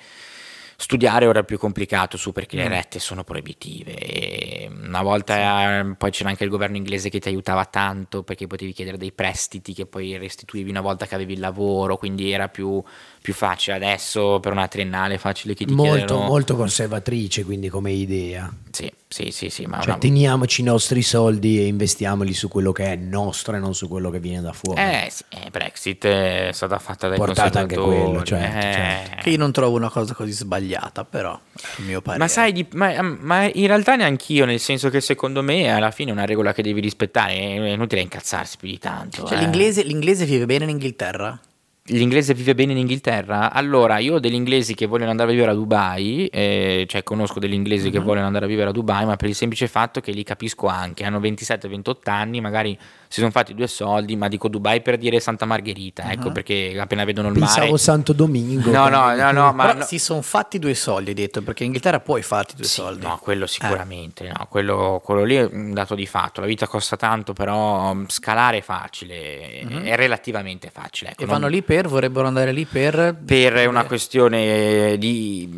Studiare ora è più complicato su perché
Mm.
le rette sono proibitive. e una volta eh, poi c'era anche il governo inglese che ti aiutava tanto perché potevi chiedere dei prestiti che poi restituivi una volta che avevi il lavoro, quindi era più, più facile. Adesso per una triennale è facile che ti
Molto,
chiedano.
molto conservatrice quindi come idea.
Ah,
Sì, sì, sì, sì, ma
Cioè
una-
teniamoci i nostri soldi e investiamoli su quello che è nostro e non su quello che viene da fuori.
Eh, sì, eh, Brexit è stata fatta dai
Portata anche
conservatori,
quello, certo,
eh.
certo.
Che io non trovo una cosa così sbagliata, però, a mio parere.
Ma sai, di- ma, ma in realtà neanch'io, nel senso che secondo me alla fine è una regola che devi rispettare, è inutile incazzarsi più di tanto.
Cioè,
eh.
l'inglese, l'inglese vive bene in Inghilterra?
L'inglese vive bene in Inghilterra? Allora, io ho degli inglesi che vogliono andare a vivere a Dubai, eh, cioè conosco degli inglesi
Mhm.
che vogliono andare a vivere a Dubai, ma per il semplice fatto che li capisco anche, hanno 27-28 anni, magari si sono fatti due soldi, ma dico Dubai per dire Santa Margherita, ecco
Mhm.
perché appena vedono il
Pensavo
mare...
Santo Domingo.
No, no, no, no, ma
Però
no-
si sono fatti due soldi, hai detto, perché in Inghilterra puoi farti due
Sì,
soldi. Eh.
No, quello sicuramente, no, quello, quello lì è un dato di fatto. La vita costa tanto, però mm, scalare è facile, è relativamente facile. ecco,
Mm-hmm. E
non-
vanno lì per, vorrebbero andare lì per...
per una questione di,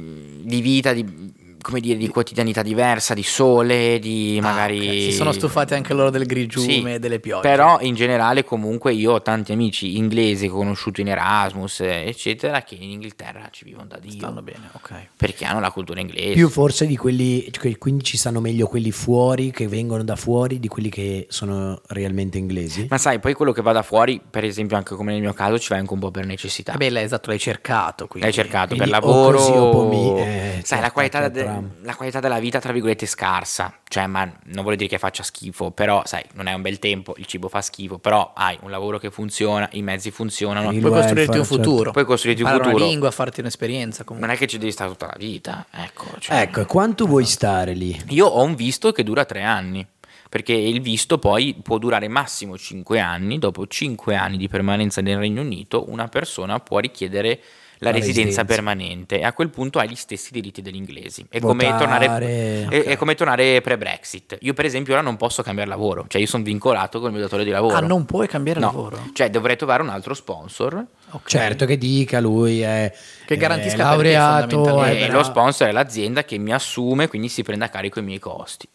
di vita, di, come dire, di quotidianità diversa, di sole, di
Ah,
magari...
ok. Si sono stufati anche loro del grigiume
Sì,
e delle piogge.
Però in generale comunque io ho tanti amici inglesi che ho conosciuto in Erasmus, eh, eccetera, che in Inghilterra ci vivono da Dio.
Stanno bene, ok.
Perché hanno la cultura inglese.
eh.
Più forse di quelli, cioè, quindi ci stanno meglio quelli fuori, che vengono da fuori, di quelli che sono realmente inglesi.
Ma sai, poi quello che va da fuori, per esempio, anche come nel mio caso, ci vai anche un po' per necessità.
Vabbè, lei, esatto, l'hai cercato. Quindi.
Hai cercato per
Quindi o
lavoro,
così o poi mi- eh,
sai,
certo,
la, qualità
certo,
de-
bravo.
la qualità della vita, tra virgolette, è scarsa. Cioè, ma non vuol dire che faccia schifo, però, sai, non è un bel tempo, il cibo fa schifo, però hai un lavoro che funziona, i mezzi funzionano,
Il
Puoi
welfare,
costruirti un
certo.
futuro.
Puoi costruirti un
Imparare
futuro.
una lingua, farti un'esperienza comunque.
non è che ci devi stare tutta la vita. Ecco, cioè.
Ecco, e quanto vuoi stare lì?
Io ho un visto che dura tre anni, perché il visto poi può durare massimo cinque anni. Dopo cinque anni di permanenza nel Regno Unito, una persona può richiedere la,
La
residenza,
residenza.
permanente e a quel punto hai gli stessi diritti degli inglesi. È come
Votare,
tornare, è-
ok.
è come tornare pre-Brexit. Io, per esempio, ora non posso cambiare lavoro, cioè io sono vincolato col mio datore di lavoro.
Ah, non puoi cambiare
No.
lavoro?
Cioè dovrei trovare un altro sponsor
Ok.
Certo che dica lui è,
Che
è
garantisca per te
laureato, eh,
fondamentalmente. Eh,
è
e
bravo.
lo sponsor è l'azienda che mi assume, quindi si prende a carico i miei costi.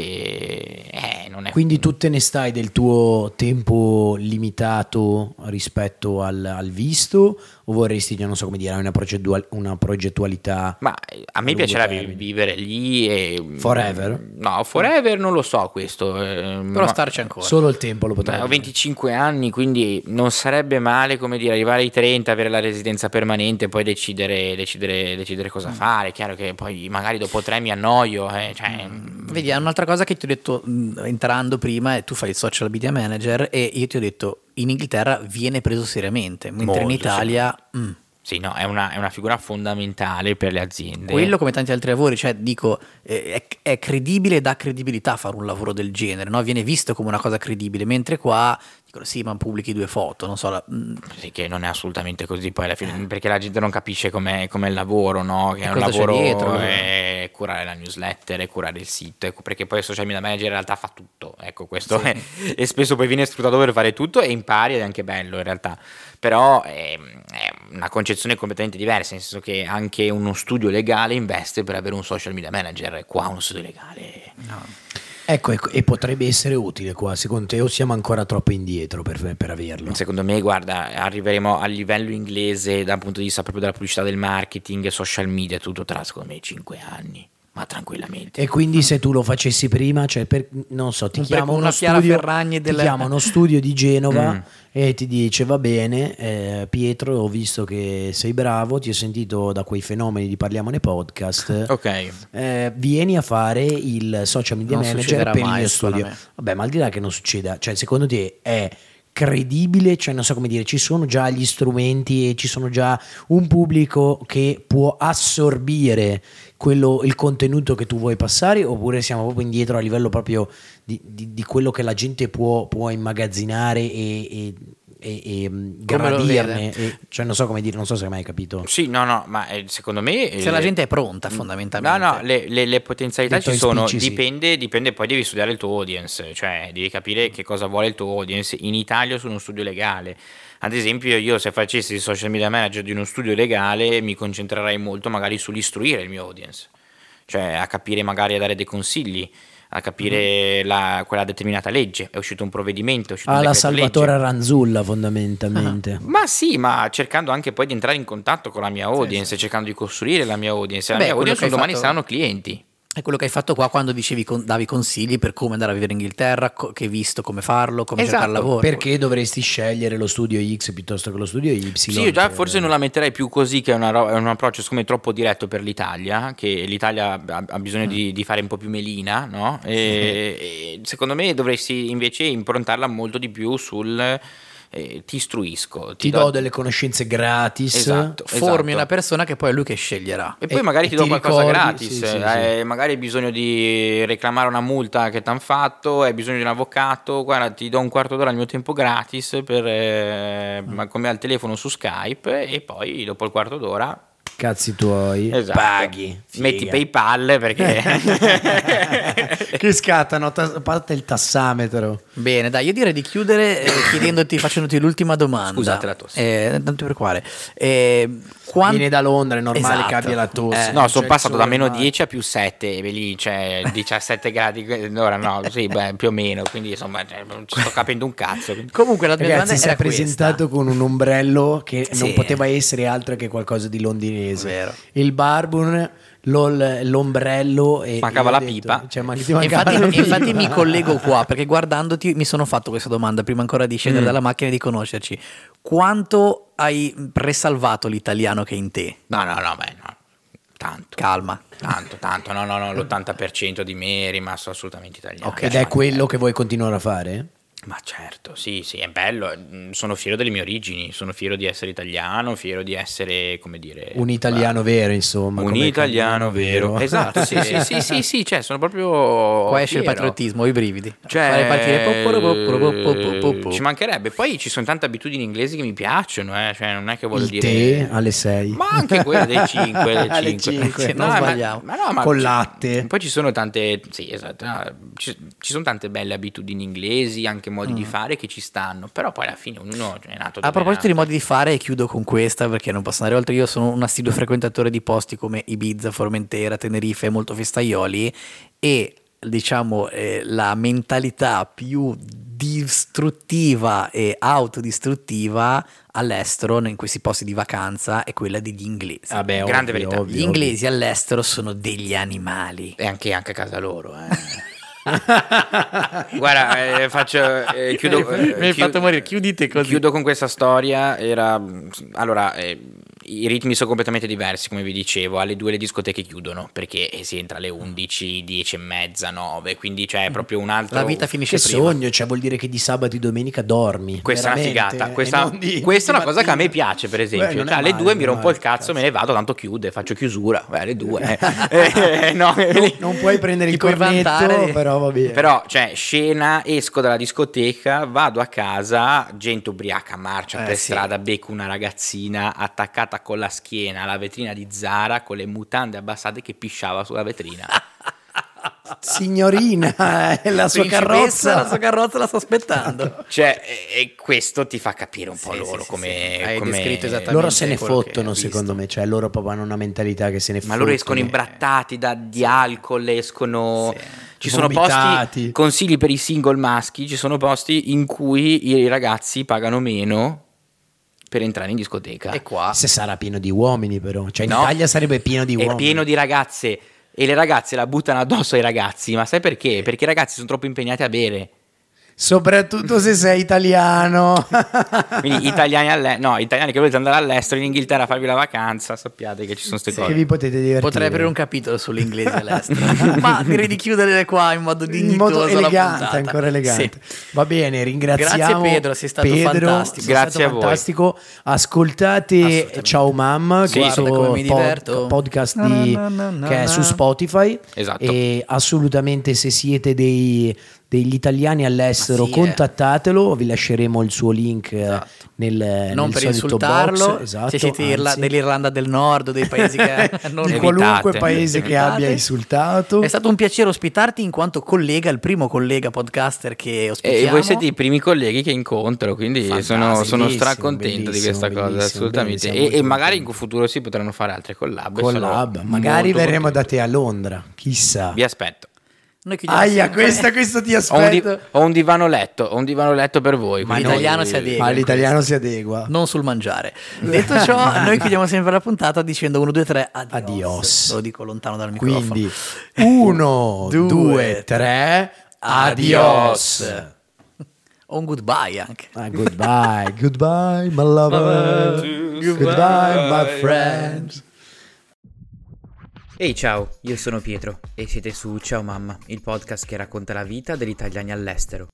E eh, non è
Quindi tu te ne stai del tuo tempo limitato rispetto al, al visto o vorresti, non so come dire, una, progedual- una progettualità?
Ma eh, a me
lungo
piacerebbe
termine.
vivere lì e... mm,
Forever?
No, forever non lo so questo. eh,
Però
ma-
starci ancora.
Solo il tempo lo
ma
potrebbe.
Ho 25 anni, quindi non sarebbe male, come dire, arrivare ai 30, avere la residenza permanente e poi decidere, decidere, decidere
Mm.
cosa fare. È chiaro che poi magari dopo tre mi annoio. eh, cioè,
Mm.
Vedi, è un'altra cosa che ti ho detto mh, entrando prima, e tu fai il social media manager, e io ti ho detto, in Inghilterra viene preso seriamente, mentre in
Molto
Italia... mm.
Sì, no, è una, è una figura fondamentale per le aziende.
Quello come tanti altri lavori, cioè dico, eh, è, è credibile e dà credibilità fare un lavoro del genere, no? viene visto come una cosa credibile, mentre qua dicono sì ma pubblichi due foto, non so, la- mm,
Sì, che non è assolutamente così poi alla fine, perché la gente non capisce com'è, com'è il lavoro, no? Che è un
Eh. cosa c'è
lavoro
dietro,
è curare la newsletter, è curare il sito, ecco, perché poi il social media manager in realtà fa tutto, ecco questo è- e spesso poi viene sfruttato per fare tutto e impari ed è anche bello in realtà, però è, è una concezione completamente diversa, nel senso che anche uno studio legale investe per avere un social media manager, e qua uno studio legale...
Ecco, ecco, e potrebbe essere utile qua, secondo te, o siamo ancora troppo indietro per, per averlo?
Secondo me, guarda, arriveremo al livello inglese dal punto di vista proprio della pubblicità, del marketing, social media, tutto tra secondo me 5 anni, ma tranquillamente.
E quindi se tu lo facessi prima, cioè per- non so, ti
Un
chiama
pre- una
uno
Chiara
studio,
Ferragni
ti
del-
chiama uno studio di Genova
Mm.
e ti dice va bene, eh, Pietro, ho visto che sei bravo, ti ho sentito da quei fenomeni di Parliamo nei podcast.
Ok.
eh, vieni a fare il social media
Non
manager
succederà
per il
mai,
mio
secondo
studio.
me.
Vabbè, ma al di là che non succeda, cioè secondo te è credibile, cioè non so come dire, ci sono già gli strumenti e ci sono già un pubblico che può assorbire quello, il contenuto che tu vuoi passare oppure siamo proprio indietro a livello proprio di, di- di quello che la gente può, può immagazzinare e, e, e- e, mh,
Come lo
gradirne,
vede.
e- cioè non so come dire, non so se mai hai capito.
Sì, no, no, ma eh, secondo me... eh,
Se la gente è pronta
No,
fondamentalmente.
no, le, le- le potenzialità
Detto
ci
in
sono,
spicci, sì.
dipende, dipende, poi devi studiare il tuo audience, cioè devi capire che cosa vuole il tuo audience. In Italia sono uno studio legale, ad esempio io se facessi il social media manager di uno studio legale mi concentrerei molto magari sull'istruire il mio audience, cioè a capire magari a dare dei consigli, a
Mm-hmm.
capire la- quella determinata legge, è uscito un provvedimento, è uscito
Ah,
un
Alla
decreto-legge.
Salvatore Ranzulla fondamentalmente.
<laughs>
Ma sì, ma cercando anche poi di entrare in contatto con la mia audience, cercando di costruire la mia audience. La
Beh,
mia
quello
audience
che
un domani
hai fatto-
saranno clienti.
È quello che hai fatto qua quando dicevi, con- davi consigli per come andare a vivere in Inghilterra, co- che hai visto, come farlo, come cercare
Esatto,
lavoro.
Perché dovresti scegliere lo studio X piuttosto che lo studio Y?
Sì, io già
per-
forse non la metterei più così, che è, una ro- è un approccio siccome troppo diretto per l'Italia, che l'Italia ha, ha
Mm.
bisogno di, di fare un po' più melina, no?
Mm-hmm.
E, e secondo me dovresti invece improntarla molto di più sul eh, ti istruisco,
ti do delle conoscenze gratis.
Esatto.
Formi
esatto.
una persona che poi è lui che sceglierà.
E poi
E-
magari
e
ti do
ti
qualcosa
ricordi-
gratis, eh,
sì, sì, sì.
hai magari hai bisogno di reclamare una multa che ti hanno fatto, hai bisogno di un avvocato, guarda ti do un quarto d'ora al mio tempo gratis per, eh,
Mm.
ma come al telefono su Skype e poi dopo il quarto d'ora
Cazzi tuoi.
esatto,
Paghi. figa.
metti PayPal <laughs>
<laughs>
perché...
<laughs> che scattano, ta- parte il tassametro.
Bene, dai, io direi di
<coughs>
chiudere eh, chiedendoti, facendoti l'ultima domanda.
Scusate la tosse.
Eh, tanto per quale. Eh, quan-
Viene da Londra, è normale
Esatto.
che abbia la
<laughs>
tosse.
Eh,
No,
Non
sono
c'è
passato
cioè, il
da
sole,
meno
ma-
10 a più 7, e lì c'è 17 gradi, allora no, sì, beh, più o meno, quindi insomma cioè, non ci sto capendo un cazzo. quindi-
Comunque la mia
Ragazzi, si
domanda
è
era
presentato con un ombrello che
Sì.
non poteva essere altro che qualcosa di londinese.
Vero.
Il barbun, l'ol- l'ombrello e
Mancava
io ho
la
detto-
pipa.
Cioè, ma ti
questa.
mancava la
Infatti,
pipa.
infatti
<laughs>
mi collego qua perché guardandoti mi sono fatto questa domanda prima ancora di
Mm.
scendere dalla macchina e di conoscerci. Quanto hai presalvato l'italiano che è in te?
No, no, no, beh, no, tanto.
Calma.
Tanto, tanto, no, no, no, l'80% di me è rimasto assolutamente italiano.
Ok,
Ed è quello che vuoi continuare a fare?
Ma certo, sì, sì, è bello, mm, sono fiero delle mie origini, sono fiero di essere italiano, fiero di essere, come dire...
Un italiano vero, insomma.
Eh, Un
come
italiano
Candiano
vero. <laughs> Esatto, sì, sì,
<laughs>
sì, sì, sì, cioè, sono proprio...
Qua esce il
fiero.
patriottismo, ho i brividi. Fare
Cioè,
partire.
ci mancherebbe. Poi ci sono tante abitudini inglesi che mi piacciono, eh, cioè, non è che voglio
il
dire...
tè alle 6.
Ma anche quella
<laughs>
dei 5,
Alle
dei 5.
cinque,
non sbagliamo.
Con latte.
Poi ci sono tante, sì, esatto, no, ci, ci sono tante belle abitudini inglesi, anche modi di fare che ci stanno, però poi alla fine ognuno cioè, è nato
A
dove
proposito
è
di modi di fare, e chiudo con questa perché non posso andare oltre. Io sono un assiduo frequentatore di posti come Ibiza, Formentera, Tenerife, molto festaioli e diciamo eh, la mentalità più distruttiva e autodistruttiva all'estero, in questi posti di vacanza, è quella degli inglesi.
Vabbè,
Grande
ovvio,
verità.
ovvio,
Gli
ovvio.
inglesi all'estero sono degli animali.
nato. E anche, anche a casa loro, eh. <laughs> Guarda, eh, faccio, eh, chiudo,
Mi hai
eh,
fatto morire, chiudite così.
Chiudo con questa storia. Era, allora, eh, i ritmi sono completamente diversi, come vi dicevo. Alle due le discoteche chiudono perché eh, si entra alle 11, 10 e mezza, 9. Quindi, cioè, è proprio un altro.
La vita finisce
Che
prima.
sogno, cioè vuol dire che di sabato e domenica dormi.
Questa è una
veramente,
figata.
e
Questa,
non di-
questa è una
di
cosa che a me
mattina.
piace, per
Beh,
esempio.
non è
Cioè, alle
male, eh,
due
non
mi
è
rompo
male,
il cazzo,
cazzo.
me ne vado, tanto chiude, faccio chiusura. Beh, alle
<laughs>
due. eh. Eh, <laughs> no,
cioè, Non, non puoi prendere
Ti
il
puoi
cornetto,
vantare.
però va bene.
Però, cioè, scena, esco dalla discoteca, vado a casa, gente ubriaca, marcia
Eh,
per
sì.
strada, becco una ragazzina attaccata con la schiena alla vetrina di Zara con le mutande abbassate che pisciava sulla
<laughs>
vetrina. <laughs>
Signorina, è la sua
Principessa,
carrozza.
La sua carrozza la sto aspettando.
<laughs>
cioè, e, e questo ti fa capire un po'
Sì,
loro
sì, sì,
come...
sì. Hai
come-
descritto esattamente
Loro se ne
quello che ho
fottono,
visto.
secondo me, cioè loro proprio hanno una mentalità che se ne
Ma loro escono
fottono.
imbrattati da, di alcol, escono...
Sì.
Ci sono posti,
Vomitati.
consigli per i single maschi, ci sono posti in cui i ragazzi pagano meno per entrare in discoteca.
E qua
Se sarà pieno di uomini, però. Cioè, in
No.
Italia sarebbe pieno di
è
uomini.
pieno di ragazze e le ragazze la buttano addosso ai ragazzi, ma sai perché? Perché i ragazzi sono troppo impegnati a bere.
Soprattutto se
<laughs>
sei italiano. <laughs>
Quindi italiani, alle- no, italiani che volete andare all'estero in Inghilterra a farvi la vacanza, sappiate che ci sono queste
che
cose.
vi potete divertire.
Potrei aprire un capitolo
<laughs>
sull'inglese all'estero. Ma direi di chiudere qua in modo dignitoso.
in modo
la
elegante,
puntata.
ancora elegante.
Sì.
Va bene, ringraziamo
Grazie, Pedro, sei stato
Pedro,
fantastico.
sei
Grazie
stato
a voi.
fantastico. Ascoltate
Assolutamente.
Ciao Mamma,
Sì,
questo
guarda come mi
pod-
diverto.
podcast
Na, na,
di-
na, na, na,
che è
na.
su Spotify
Esatto.
e assolutamente se siete dei- degli italiani all'estero
Ma sì, eh.
contattatelo, vi lasceremo il suo link eh,
Esatto.
nel,
non
nel
per
solito
insultarlo,
box, esatto,
se siete irla-
<laughs> anzi.
dell'Irlanda del Nord, o dei paesi che non
<laughs> di
evitate,
qualunque paese che
evitate.
abbia insultato
È stato un piacere ospitarti in quanto collega, il primo collega podcaster che
E
ospitiamo.
voi siete i primi colleghi che incontro, quindi sono, sono
bellissimo,
stracontento di
bellissimo,
questa cosa,
bellissimo,
assolutamente.
bellissimo,
E- e,
molto
magari in
contento.
futuro si potranno fare altre collab. e sono
collab. Magari
molto
verremo
contento.
da te a Londra, chissà.
Vi aspetto.
Noi chiudiamo
Aia,
sempre-
questa, questo ti
Ho un, di-
aspetto.
ho un divano letto, ho un divano letto per voi.
Ma
quindi- eh,
l'italiano si adegua.
Ma l'italiano si adegua.
Non sul mangiare.
<laughs>
Detto ciò, noi chiudiamo sempre la puntata dicendo 1, 2, 3, adios.
Adios.
Lo dico lontano dal microfono.
Quindi, uno,
Due,
due, tre, adios.
O <laughs> un goodbye anche.
Ah, goodbye, goodbye, my lover. Goodbye, my friends.
Ehi ciao, io sono Pietro e siete su Ciao Mamma, il podcast che racconta la vita degli italiani all'estero.